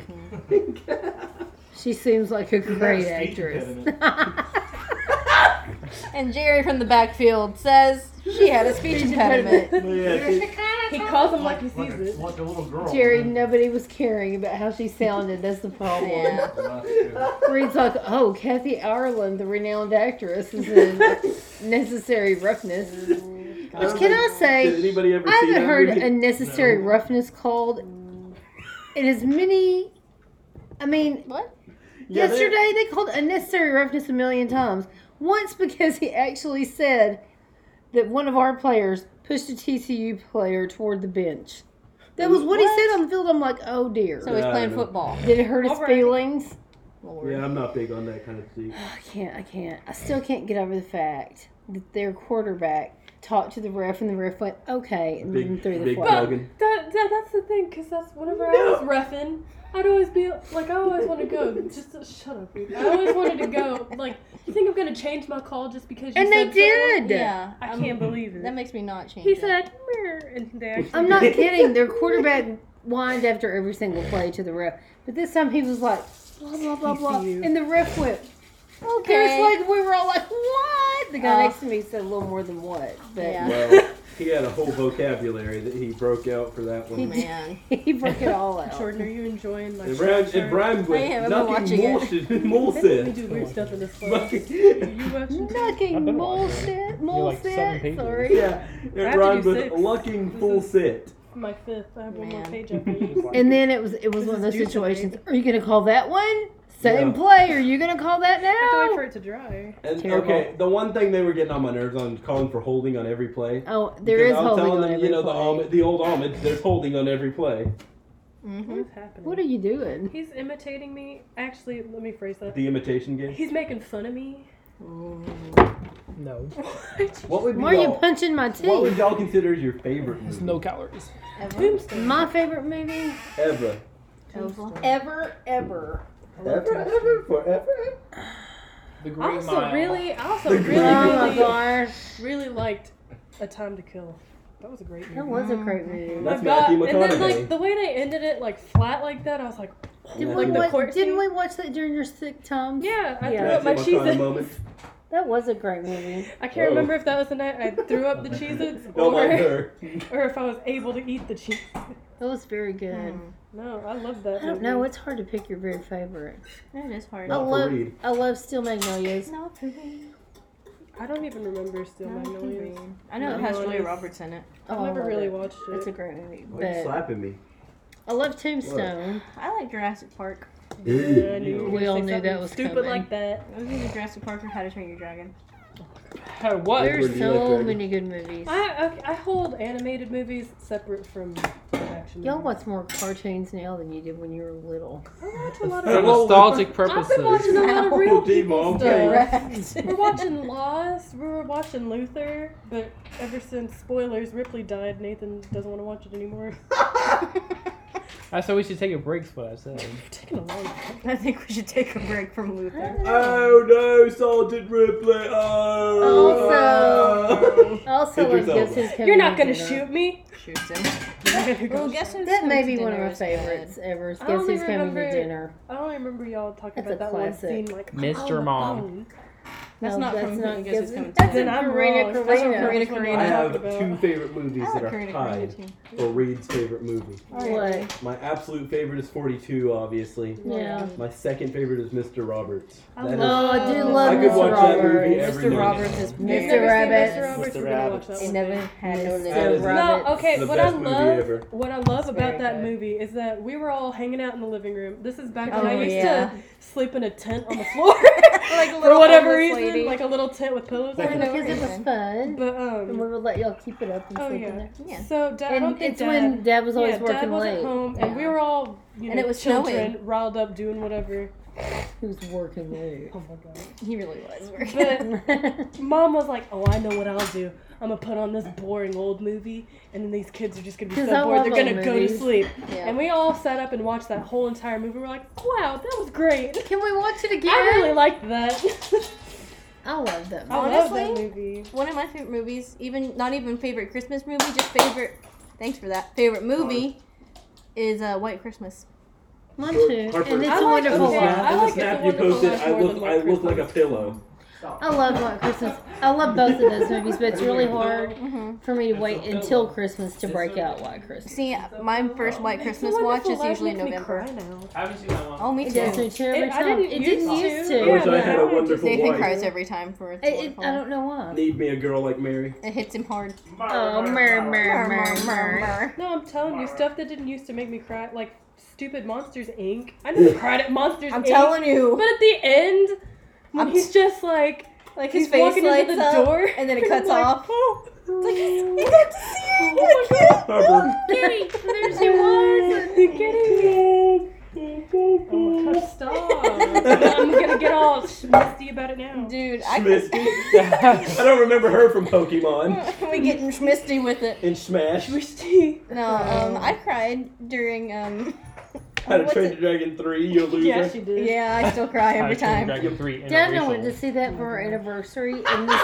she seems like a
She's got
great
a speech
actress.
impediment.
And Jerry from the backfield says she had a speech impediment.
he calls him like he sees it.
Like a little girl.
Jerry, nobody was caring about how she sounded. That's the problem.
Yeah.
Reed's like, oh, Kathy Ireland, the renowned actress, is in Necessary Roughness. Which can I
Did
say,
anybody ever
I
see
haven't
that
heard
movie?
Unnecessary Roughness called in as many. I mean,
What?
Yeah, they-
yesterday they called Unnecessary Roughness a million times. Once because he actually said that one of our players pushed a TCU player toward the bench. That was what, he said on the field. I'm like, oh dear.
So he's
Yeah, I
playing
know.
football.
Did it hurt his
Alright.
feelings?
Lord.
Yeah, I'm not big on that kind of thing.
I can't. I can't. I still can't get over the fact that their quarterback talked to the ref, and the ref went, "Okay," and then
Big,
threw the
big
flag.
Duggan.
That, that that's the thing, cause that's whenever I was refing, I'd always be like, I always want to go. Just uh, shut up. dude. I always wanted to go. Like, you think I'm gonna change my call just because? You
And they
said so?
did.
Yeah.
I
I'm-
can't believe it.
That makes me not change.
he
it.
said, "Mirror," and they actually.
I'm not kidding. Their quarterback whined after every single play to the ref, but this time he was like, "Blah blah blah blah,"
TCU.
and the ref went.
Okay.
There's like we were all like, "What?" The guy
Oh.
next to me said a little more than what, but
Yeah. Oh,
Well, he had a whole vocabulary that he broke out for that
Oh,
one.
man.
he broke it all out.
Jordan, are you enjoying my?
And Brian, and Brian
I am,
was
I've been watching
nothing
it.
more, shit- more
We
sense.
do weird stuff in this class.
Fucking-
You watching?
I've
Knocking
been watching
bullshit,
You're like seven
bullshit.
pages.
Sorry.
yeah,
have
and
to
Brian
do
was
six.
looking
This
full
is-
sit.
My fifth. I have one more
Man.
page. after you.
And then it was it was
This
one of
is
those
due tonight.
situations. Are you gonna call that one? Same
Yeah.
play. Are you gonna call that
I have to wait
now?
for it to dry.
And
Terrible.
okay, the one thing they were getting on my nerves on calling for holding on every play.
Oh, there is
Because I was
holding
telling
on
them,
every
you know,
play.
the almond, the old almond, there's holding on every play.
Mm-hmm.
What's happening?
What are you doing?
He's imitating me. Actually, let me phrase that.
The imitation game.
He's making fun of me.
No.
What would be
Why are you
y'all-
punching my
What would
teeth?
y'all consider your favorite movie?
There's no calories.
Tombstone.
My favorite movie? Oh
Ever.
Ever, ever.
Ever, ever, forever.
The Green
I also
Mile.
really, I also
The
really,
Green
Oh my
really,
gosh.
really liked A Time to Kill. That was a great
That
movie.
was a great movie.
That's
My God.
Matthew
And then
McConaughey.
like the way they ended it, like flat like that, I was like,
Did
Yeah.
we
Like the
wa-
court
didn't
scene?
we watch that during your sick times?
yeah, I
Yeah.
threw up my
Matthew McConaughey
cheez
moment.
That was a great movie.
I can't
Oh.
remember if that was the night I threw up the Cheez-Its
Don't mind
or,
her.
or if I was able to eat the cheese.
That was very good.
No, I love that.
I don't
movie.
know. It's hard to pick your very favorite.
That is hard.
I
Not for
love.
Reed.
I love Steel Magnolias.
Not for me.
I don't even remember Still
Not for
Magnolias.
me. I know it has Julia Roberts in it.
Oh,
I've
I
never
love
really
it.
watched
It's a
it.
great movie.
Why are you
But
slapping me?
I love Tombstone.
I like Jurassic Park.
Yeah, I knew you were
We
gonna
all
say
knew
something
that was
stupid
coming.
like that.
It was either Jurassic Park or How to Train Your Dragon.
Hey, what?
There's
you like
so
Dragon?
many good movies.
I okay, I hold animated movies separate from action.
Y'all
movies.
watch more cartoons now than you did when you were little.
I watch a lot
For
of.
nostalgic
I've been watching
purposes.
a lot of
Oh,
real people stuff.
Correct.
We're watching Lost. We were watching Luther, but ever since spoilers, Ripley died. Nathan doesn't want to watch it anymore.
I said we should take a break. Is what I said.
We've taken a long time.
I think we should take a break from Luther.
Oh no, salted Ripley. Oh.
Also, also
Idris
like guess
Elba.
who's coming
You're not
to
gonna
dinner.
shoot me.
Shoots him. Well,
I
guess who's
That may
coming
be
to
one of
dinner
my
is good.
favorites ever. Is
I
guess who's
only
coming
remember-
to dinner?
don't remember y'all talking
That's a
about that one
classic.
scene like
Mr.
oh,
Mom.
oh.
That's
No,
not
that's
from
not
Who Guess
Guess
Who's
Who's-
Coming to
that's
Dinner.
Then I'm
Karina,
wrong. That's
Karina.
what Karina Karina.
I have
talked about.
two favorite movies
I
that
like
are
Karina Karina
tied
too.
for Reed's favorite movie.
What?
My absolute favorite is 42, obviously.
Yeah.
My second favorite is Mr. Roberts.
I
That is-
love-
Oh, I do
I
love
could
Mr.
watch that movie
Roberts.
every
Mr.
night.
Roberts is
You've
Mr.
never
very.
Rabbit.
seen Mr. Roberts.
Mr.
We're gonna watch
Rabbit.
that
He
one
never
day.
had no
That
Mr.
is-
Rabbit.
No, okay.
the
What I
best movie ever.
love, what I love about
very
that
good.
movie is that we were all hanging out in the living room. This is back when
Oh,
I used
yeah.
to sleep in a tent on the floor
Like a
for
little
whatever
homeless
reason,
lady.
like a little tent with pillows on
Because
it.
it was fun,
But
and we
um,
would let y'all keep it up and
Oh,
sleep
yeah.
in there.
Yeah.
so dad, I don't
And
think
it's
dad,
when Dad was always
yeah,
working
dad wasn't
late.
home,
Yeah.
and we were all you know
And it was
children riled up doing whatever.
He was working late.
Oh my god!
He really was.
But mom was like, "Oh, I know what I'll do. I'm gonna put on this boring old movie, and then these kids are just gonna be
'Cause
so
I
bored
love
they're gonna
old
go to
movies.
sleep."
Yeah.
And we all sat up and watched that whole entire movie. We're like, "Wow, that was great."
Can we watch it again?
I really liked that.
I love that.
I love that
Honestly?
movie.
One of my favorite movies, even not even favorite Christmas movie, just favorite. Thanks for that. Favorite movie is uh, White Christmas.
Mine
George
too.
Harper.
And it's
I
a
like-
wonderful
okay,
Snap-
life.
I
the
like It's a
snap you
Wonderful
posted,
Life
I
more
look,
than
I
White
look like a
Christmas.
pillow.
I love what Christmas. I love both of those movies, but it's really hard
Mm-hmm.
for me to wait until Christmas to break out White Christmas.
See, my first White Christmas watch is usually November.
I haven't seen that one.
Oh, me
It
too.
does it to every
It- I
time.
didn't
It
use
didn't
to.
used
I
to.
wish I
Yeah,
had a
but I
wonderful
Nathan
wife.
cries every time for it's
It, it,
wonderful.
I don't know why.
Need me a girl like Mary.
It hits him hard.
Oh, mer, mer, mer, mer.
No, I'm telling you, stuff that didn't used to make me cry, like stupid Monsters Inc. I never cried at Monsters
I'm
Inc.
telling you.
But at the end, when
I'm
he's just like,
Like
he's
his face
walking
lights
into the
up,
door,
and then it
and I'm
cuts
like,
off. It's like he's- he got to see her. He got
Harper.
a kid.
Kitty, there she
Oh
was.
oh my god, stop! I'm gonna get all schmisty about it now.
Dude, I could,
Schmisty. I don't remember her from Pokemon.
we getting schmisty with it.
And Smash.
No, um, I cried during um.
How to
what's
Train
it-
Your Dragon 3, you loser.
Yeah, she did.
Yeah, I still cry every
Attack
time.
on Dragon 3
Dad and I
interracial.
went to see that for our anniversary, and this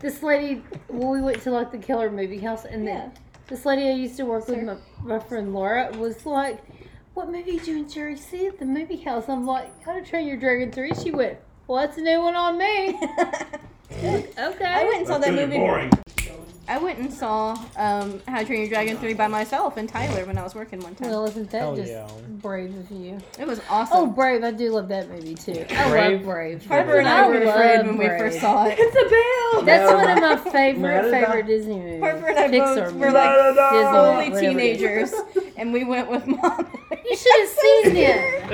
this lady, well, we went to like the Killer Movie House, and then this lady I used to work with, my, my friend Laura, was like, "What movie did you and Jerry see at the movie house?" I'm like, "How to Train Your Dragon 3." She went, "Well, that's a new one on me." okay.
I went and saw that
Really
movie.
boring.
I went and saw um, How to Train Your Dragon 3 by myself and Tyler when I was working one time.
Well, isn't that
Hell
just
yeah.
brave of you?
it was
Oh,
awesome.
Brave! I do love that movie too. I
Brave.
love Brave.
Harper and I
I
were
love
afraid when we
Brave.
first saw it.
It's a bell.
That's one of my favorite
Merida.
favorite Disney movies.
Harper and I
Pixar
both were
movies.
like
Disney,
only
whatever it is.
teenagers, and we went with mom.
You should have seen it.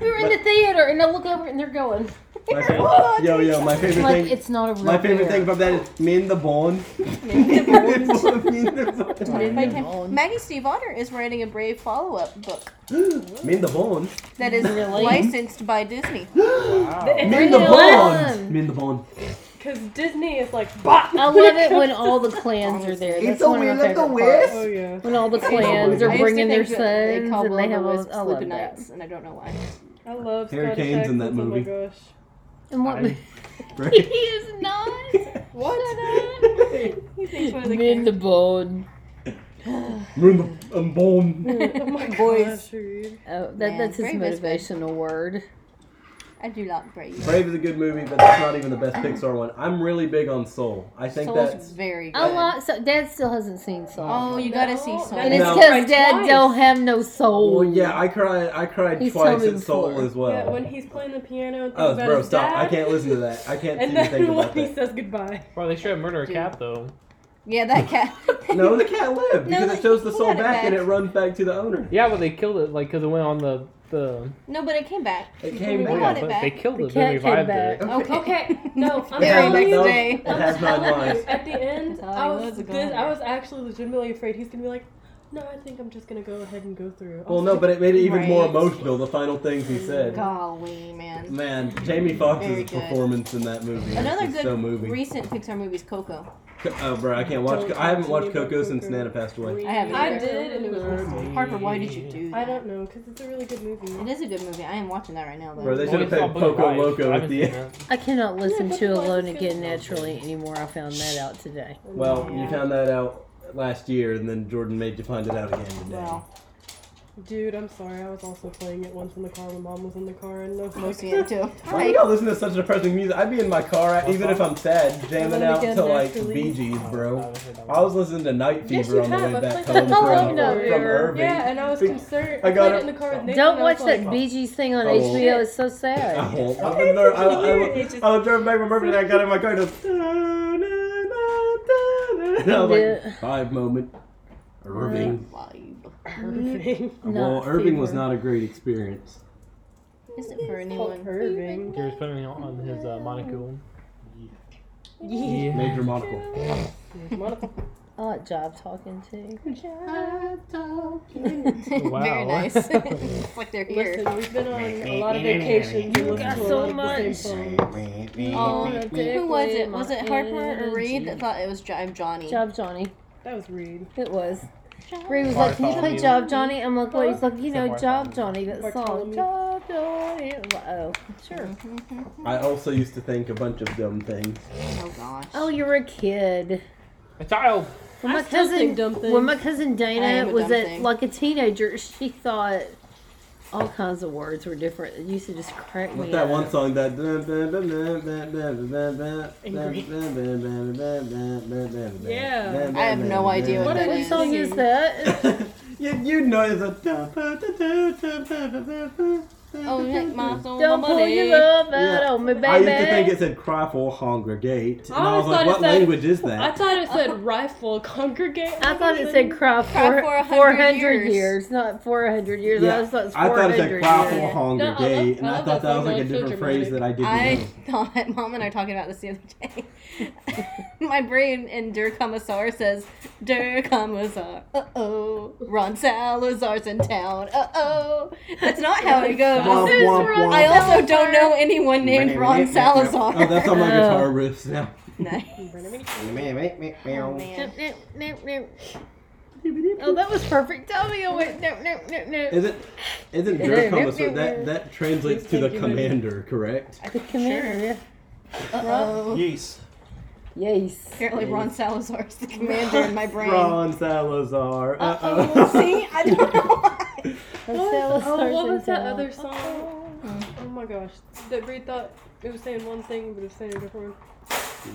We were in the theater, and I look over, and they're going.
My favorite, yo, yo, my favorite
Like
thing.
it's not a real.
My favorite
bear.
thing from that is Min the Bone. Min the Bone.
Like him. Maggie Steve Otter is writing a Brave follow-up book
Min the Bone.
that is licensed by Disney.
Min the
Bring it
Bone.
on.
Min the Bone.
Because Disney is like, bah!
I love it when all the clans are there. That's
It's a
one of
weird
my
like the
favorite parts.
West.
Oh, yeah.
When all the clans
I
are
used to
bringing their
think
sons,
that They call
and they have all.
Will-O-Wisps
I love that.
Lupinites, and I don't know why.
I love
Harry
Scottish
Kane's in that
accents,
movie.
Oh my gosh.
And what?
I-
he
Right.
is not. What?
He thinks one of the
In the bone.
Min the um, Bone.
characters- Oh my
Boys.
gosh, dude.
Oh, that,
Man,
that's his
Brave is good.
motivational word.
I do like Brave.
Brave is a good movie, but that's not even the best Pixar one. I'm really big on Soul. I think
Soul's
that's
very good.
I like. So Dad still hasn't seen Soul,
Oh, you gotta see
No,
Soul.
and it's
No.
because
Cried
Dad
twice.
don't have no soul.
Well, yeah, I cried. I cried
He's
twice
told me
at Soul
before.
as well.
Yeah, when he's playing the piano and thinks
oh,
about
bro,
his
stop!
dad.
I can't listen to that. I can't
And
see you think
then
about
when he
that.
says goodbye.
Bro, they should have murdered a
Dude.
cat though.
Yeah, that cat.
No, the cat lived
No,
because
like,
it shows the
he
soul
got
back,
it back.
and it runs back to the owner.
Yeah, but they killed it like because it went on the the.
no, but it came back.
It came
We
back.
got it
but
back.
they killed
The
it.
cat
They
came
revived
back.
it.
Okay.
Okay, no, I'm
Very
telling
next
you.
day.
It has nine lives.
At the end,
That's all
I
he
was,
was, a
this,
goner.
I was actually legitimately afraid he's gonna be like, no, I think I'm just gonna go ahead and go through.
Well, no, but it made it even more
Right.
emotional. The final things he said.
Golly, man.
Man, Jamie
Very
Foxx's
good.
performance in that movie
Another
is
good
so moving.
recent Pixar movie is Coco.
Co- oh, bro, I can't watch.
Don't
I haven't
talk to me
watched
about
Coco since
Coco.
Nana passed away.
I haven't.
I
either.
did, and it was awesome.
Harper, why did you do that?
I don't know, because it's a really good movie.
It is a good movie. I am watching that right now, though.
Bro, they
Well,
should
we
have
saw
paid
Book of
Poco
Life.
Loco
I
at
haven't
the
seen
end.
that.
I cannot listen
that's
to
why
Alone
it's
Again
good.
Naturally anymore. I found that out today.
Well, you
Yeah.
found that out last year, and then Jordan made you find it out again today.
Well,
Dude, I'm sorry, I was also playing it once in the car when mom was in the car, and no
we'll see it too.
Why do y'all listen to such depressing music? I'd be in my car, I- even if I'm sad, jamming
Alone
out
Again
to like
Naturally.
Bee Gees, bro.
haven't heard that
I was listening to Night
Yes,
Fever
you
on the
have.
way
I've
back
played
home
that
before. I
from,
love Night
from
Fever.
Irving.
Yeah, and I was
Be-
concerned.
I
I,
got
played
it.
it in the car with Nick.
Don't
and I
watch
was
that
like,
BG thing on
Oh.
HBO. It's so
I
sad.
won't. I remember. I, I,
It's
I,
just-
was driving back from Irving and I got in my car and it was. And I was
Yeah.
like, five moment. Irving.
Live.
Irving.
Well,
Not
Irving was
fever.
not a great experience.
Is it for
Called
anyone?
Irving.
He was putting it on his uh, monocle.
Yeah.
Major monocle.
I like job talking too.
Wow.
Very nice. it's like they're here.
Listen, we've been on a lot of vacations. and listened to a
so
lot of the same songs.
Oh, who was it?
Particularly
Was it
my
Harper or Reed that
energy.
thought it was jo- I'm Johnny?
Job Johnny.
That was rude.
It was. Bree was like, "Can you play
Bartholomew.
Job Johnny?" I'm like, "What?" He's like, "You know, Job
Bartholomew.
Johnny, that song."
Bartholomew.
Job Johnny. I'm like, Oh, sure.
I also used to think a bunch of dumb things.
Oh gosh.
Oh, you're a kid.
A child.
When my
I still
cousin,
think dumb
when
things.
my cousin
I
Dana
am a
was
dumb
at
thing.
like a teenager, she thought all kinds of words were different. It used to just crack me
What's that
up.
one song that? Yeah.
I have no idea what that
What
is.
song is that?
you, you know it's a.
Oh, like my soul, my
Don't pull
money.
your love out
Yeah.
on me, baby.
I used to think it said cry for hunger gate. And
Oh, I
I was like,
always thought it
what
said-
language is
I
that?
thought it said rifle congregate.
I thought it said cry for,
Cry for a
400
hundred
years.
years.
not 400 years. I always thought it was
I
400
thought it said cry
years.
for hunger
No, I love-
gate. And
I
I
love
thought
that
that was
song,
like a
it's so
different phrase that I
dramatic.
didn't know.
I thought mom and I were talking about this the other day. My brain in Der Commissar says Der Commissar. Uh oh, Ron Salazar's in town. Uh oh, that's not how it
Womp,
goes.
womp, womp.
I also don't know anyone named Ron
Oh,
Salazar.
that's on my guitar riffs now.
Nice. Oh, man.
Oh, that was perfect timing. I went, no, no, no, no.
Isn't isn't
Yeah.
Der Kommissar that that translates to the
Thank you,
commander, correct?
The commander, yeah.
Uh oh.
Yeast.
Yes.
Apparently, Ron Salazar is the commander in my brain.
Ron Salazar. Uh
Oh, see, I don't know why.
Oh, what was that other song? Oh my gosh. That Bree thought it was saying one thing, but it was saying a different one.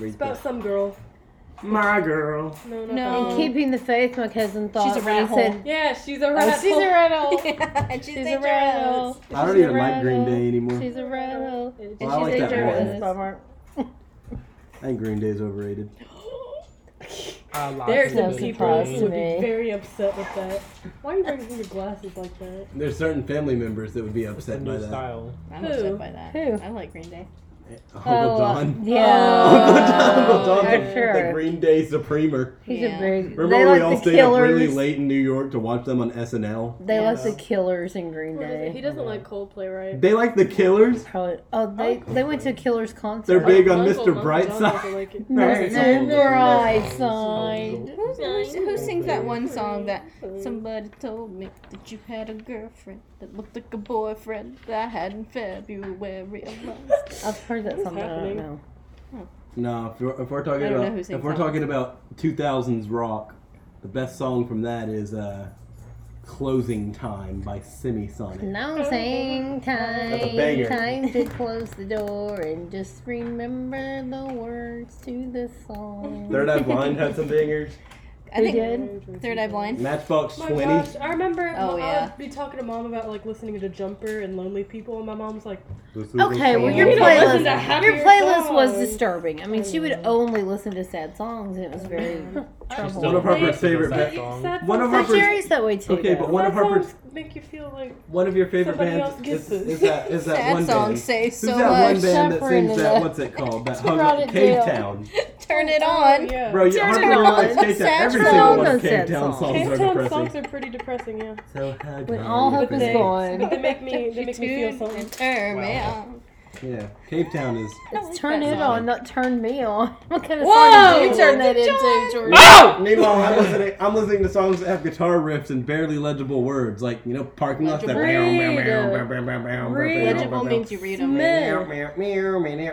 It's about some girl.
My girl.
No, not
No.
that.
In keeping the faith, my cousin thought.
She's a
when he
rat
said-
hole.
Yeah, she's a rat.
Oh, She's a rat hole.
and she's,
She's a
dangerous.
rat hole.
I
She's a
don't even like
rat
Green
hole.
Day anymore.
She's a rat hole.
And
Well, I like
she's
that one.
dangerous.
I think Green Day's overrated.
I like
There are
it.
some
Doesn't
people
surprise
who would
me.
be very upset with that. Why are you bringing your glasses like that?
There's certain family members that would be
It's a
upset by
new
that. Eh,
style.
I'm
Who?
upset by that.
Who?
I like Green Day.
Uncle John.
Oh, Yeah.
Uncle John, Uncle John,
for
the,
sure.
the Green Day Supremer.
He's
Yeah.
a big.
Remember
they
when
like
we all
the
stayed
killers.
up really late in New York to watch them on SNL?
They
Yeah.
like the killers in Green
What is it? He
Day.
doesn't like Coldplay, right?
They like the Killers.
Probably. Oh, they they went to a killers concert.
They're big
My
on Mr.
uncle- my uncle John doesn't
Brightside.
like it.
No,
Right.
no,
It's all-
right side.
Who's, who's, who sings that one song that somebody told me that you had a girlfriend that looked like a boyfriend that I had in February of last?
I've heard that song. but I don't
happening?
know.
No, if we're, if we're talking
I don't know
about
who
if
sings
we're
that.
talking about 2000s rock, the best song from that is uh, "Closing Time" by Semisonic.
Now saying
That's a
time,
banger.
time to close the door and just remember the words to the song.
Third Eye Blind had some bangers.
I
They
think
did?
Third Eye Blind.
Matchbox
Oh
My
Twenty.
gosh, I remember
Oh,
I
yeah.
would be talking to mom about like listening to Jumper and Lonely People, and my mom's like,
Okay, well
You
your
don't
listen to
playlist, your
happier
playlist was
songs.
disturbing. I mean, she would only listen to sad songs, and it was very
still
One of
listens
her
to
favorite
that
bands.
song.
Sad
One of
songs-
her
But
first-
Jerry's that way too.
Okay, but
though.
one
sad
of her
songs make you feel like
one of your favorite
Somebody
bands
else
is,
gets it.
is that is that
Sad
one
song
band.
says
Who's
so
that
much.
one band that
Shepherd
sings
and
that?
the-
What's it called? That
Wrote
hung
it
Cave
down.
Town.
Turn it on.
Yeah.
Bro, you
Turn
hardly
it
really
on.
like Cave Town.
Sad
Every
songs.
single one
Those
of Cave
sad
Town
songs.
songs are
Cape Town songs
depressing.
are pretty depressing, yeah.
So hard
When
to
all
be
hope
But
is
they,
pretty.
gone.
but they make me they make me feel something.
Turn me on.
Yeah, Cave Town is.
It's turn
that
it
song.
on, not turn me on. What kind of
Oh,
Whoa!
song did you turn that
Turn
into,
it
Jordan?
Oh!
Meanwhile, I'm listening. I'm listening to songs that have guitar riffs and barely legible words, like you know, parking lot. That
Legible means you read them.
How many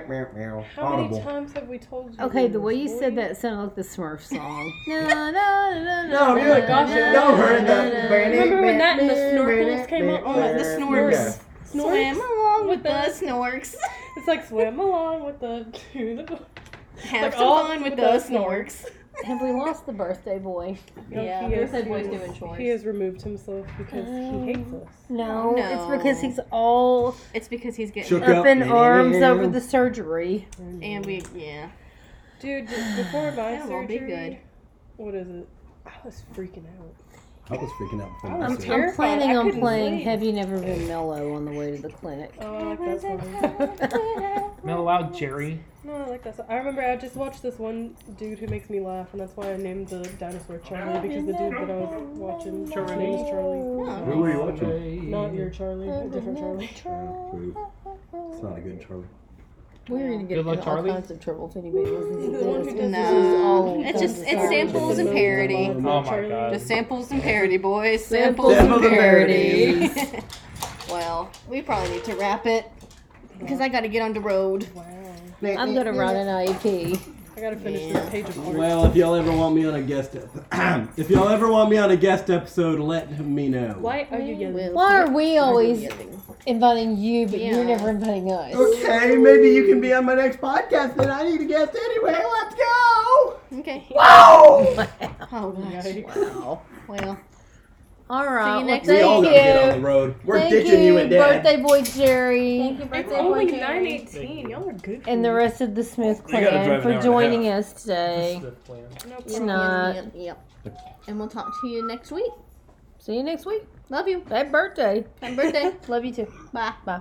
audible.
times have we told you?
Okay, the way you said that sounded like the Smurf song. no, no, no,
No,
no,
you're like, gosh, don't hurt that.
Remember when that and the snorkels came up?
Oh, the snorks.
Snorks.
Swim along with the snorks.
It's like swim along with the to the
Have
Like,
some
all
fun with
with
the
the
snorks.
Have we lost the birthday boy?
Yeah,
he
Birthday
has,
Boy's
he has-
doing chores. Um,
He has removed himself because
Oh.
he hates us.
No,
No.
it's because he's all
It's because he's getting
Shook
up in arms over
the.
the surgery.
and we yeah.
Dude, just before my
That won't
surgery,
be good.
what is it? I was freaking out.
I was freaking out. before
I'm
this.
terrified.
I'm planning
I
on
couldn't
playing
sleep.
Have You Never Been Mellow on the way to the clinic.
Oh, I like that song.
Not allowed, Jerry.
No, I like that song. I remember I just watched this one dude who makes me laugh, and that's why I named the dinosaur Charlie because the dude that I was watching, his name was Charlie.
Who were you watching?
Not your Charlie, a different Charlie.
It's not a good Charlie.
We're gonna get
Good
in
luck,
all
Charlie.
kinds of trouble if anybody listens
The one
to this.
who does this
No.
is all
It's just- it's
dinosaurs.
samples and parody.
Oh my god.
Just samples and parody, boys.
Samples
Samples,
and
and parody. well, we probably need to wrap it because I got to get on the road.
I'm gonna run an IEP.
I gotta finish this page of work.
Well, if y'all ever want me on a guest, ep- if y'all ever want me on a guest episode, let me know.
Why are you yelling?
Why
Why are we always inviting you, but
Yeah.
you're never inviting us?
Okay, maybe you can be on my next podcast, then I need a guest anyway. Let's go.
Okay.
Wow.
Oh, gosh.
Wow.
Well,
All
see
right.
you
well,
next
We all
week.
gotta get on the road. We're
Thank
ditching you,
you,
and Dad.
birthday boy Jerry.
Thank you,
It's
birthday
only
boy, Jerry.
918. Y'all are good.
and the rest of the Smith
You gotta
clan
drive an hour
for
and a
joining
half.
us today.
No
It's
problem.
not.
Yep, yep, yep. And we'll talk to you next week.
See you next week.
Love you.
Happy birthday.
Happy birthday. Love you too. Bye.
Bye.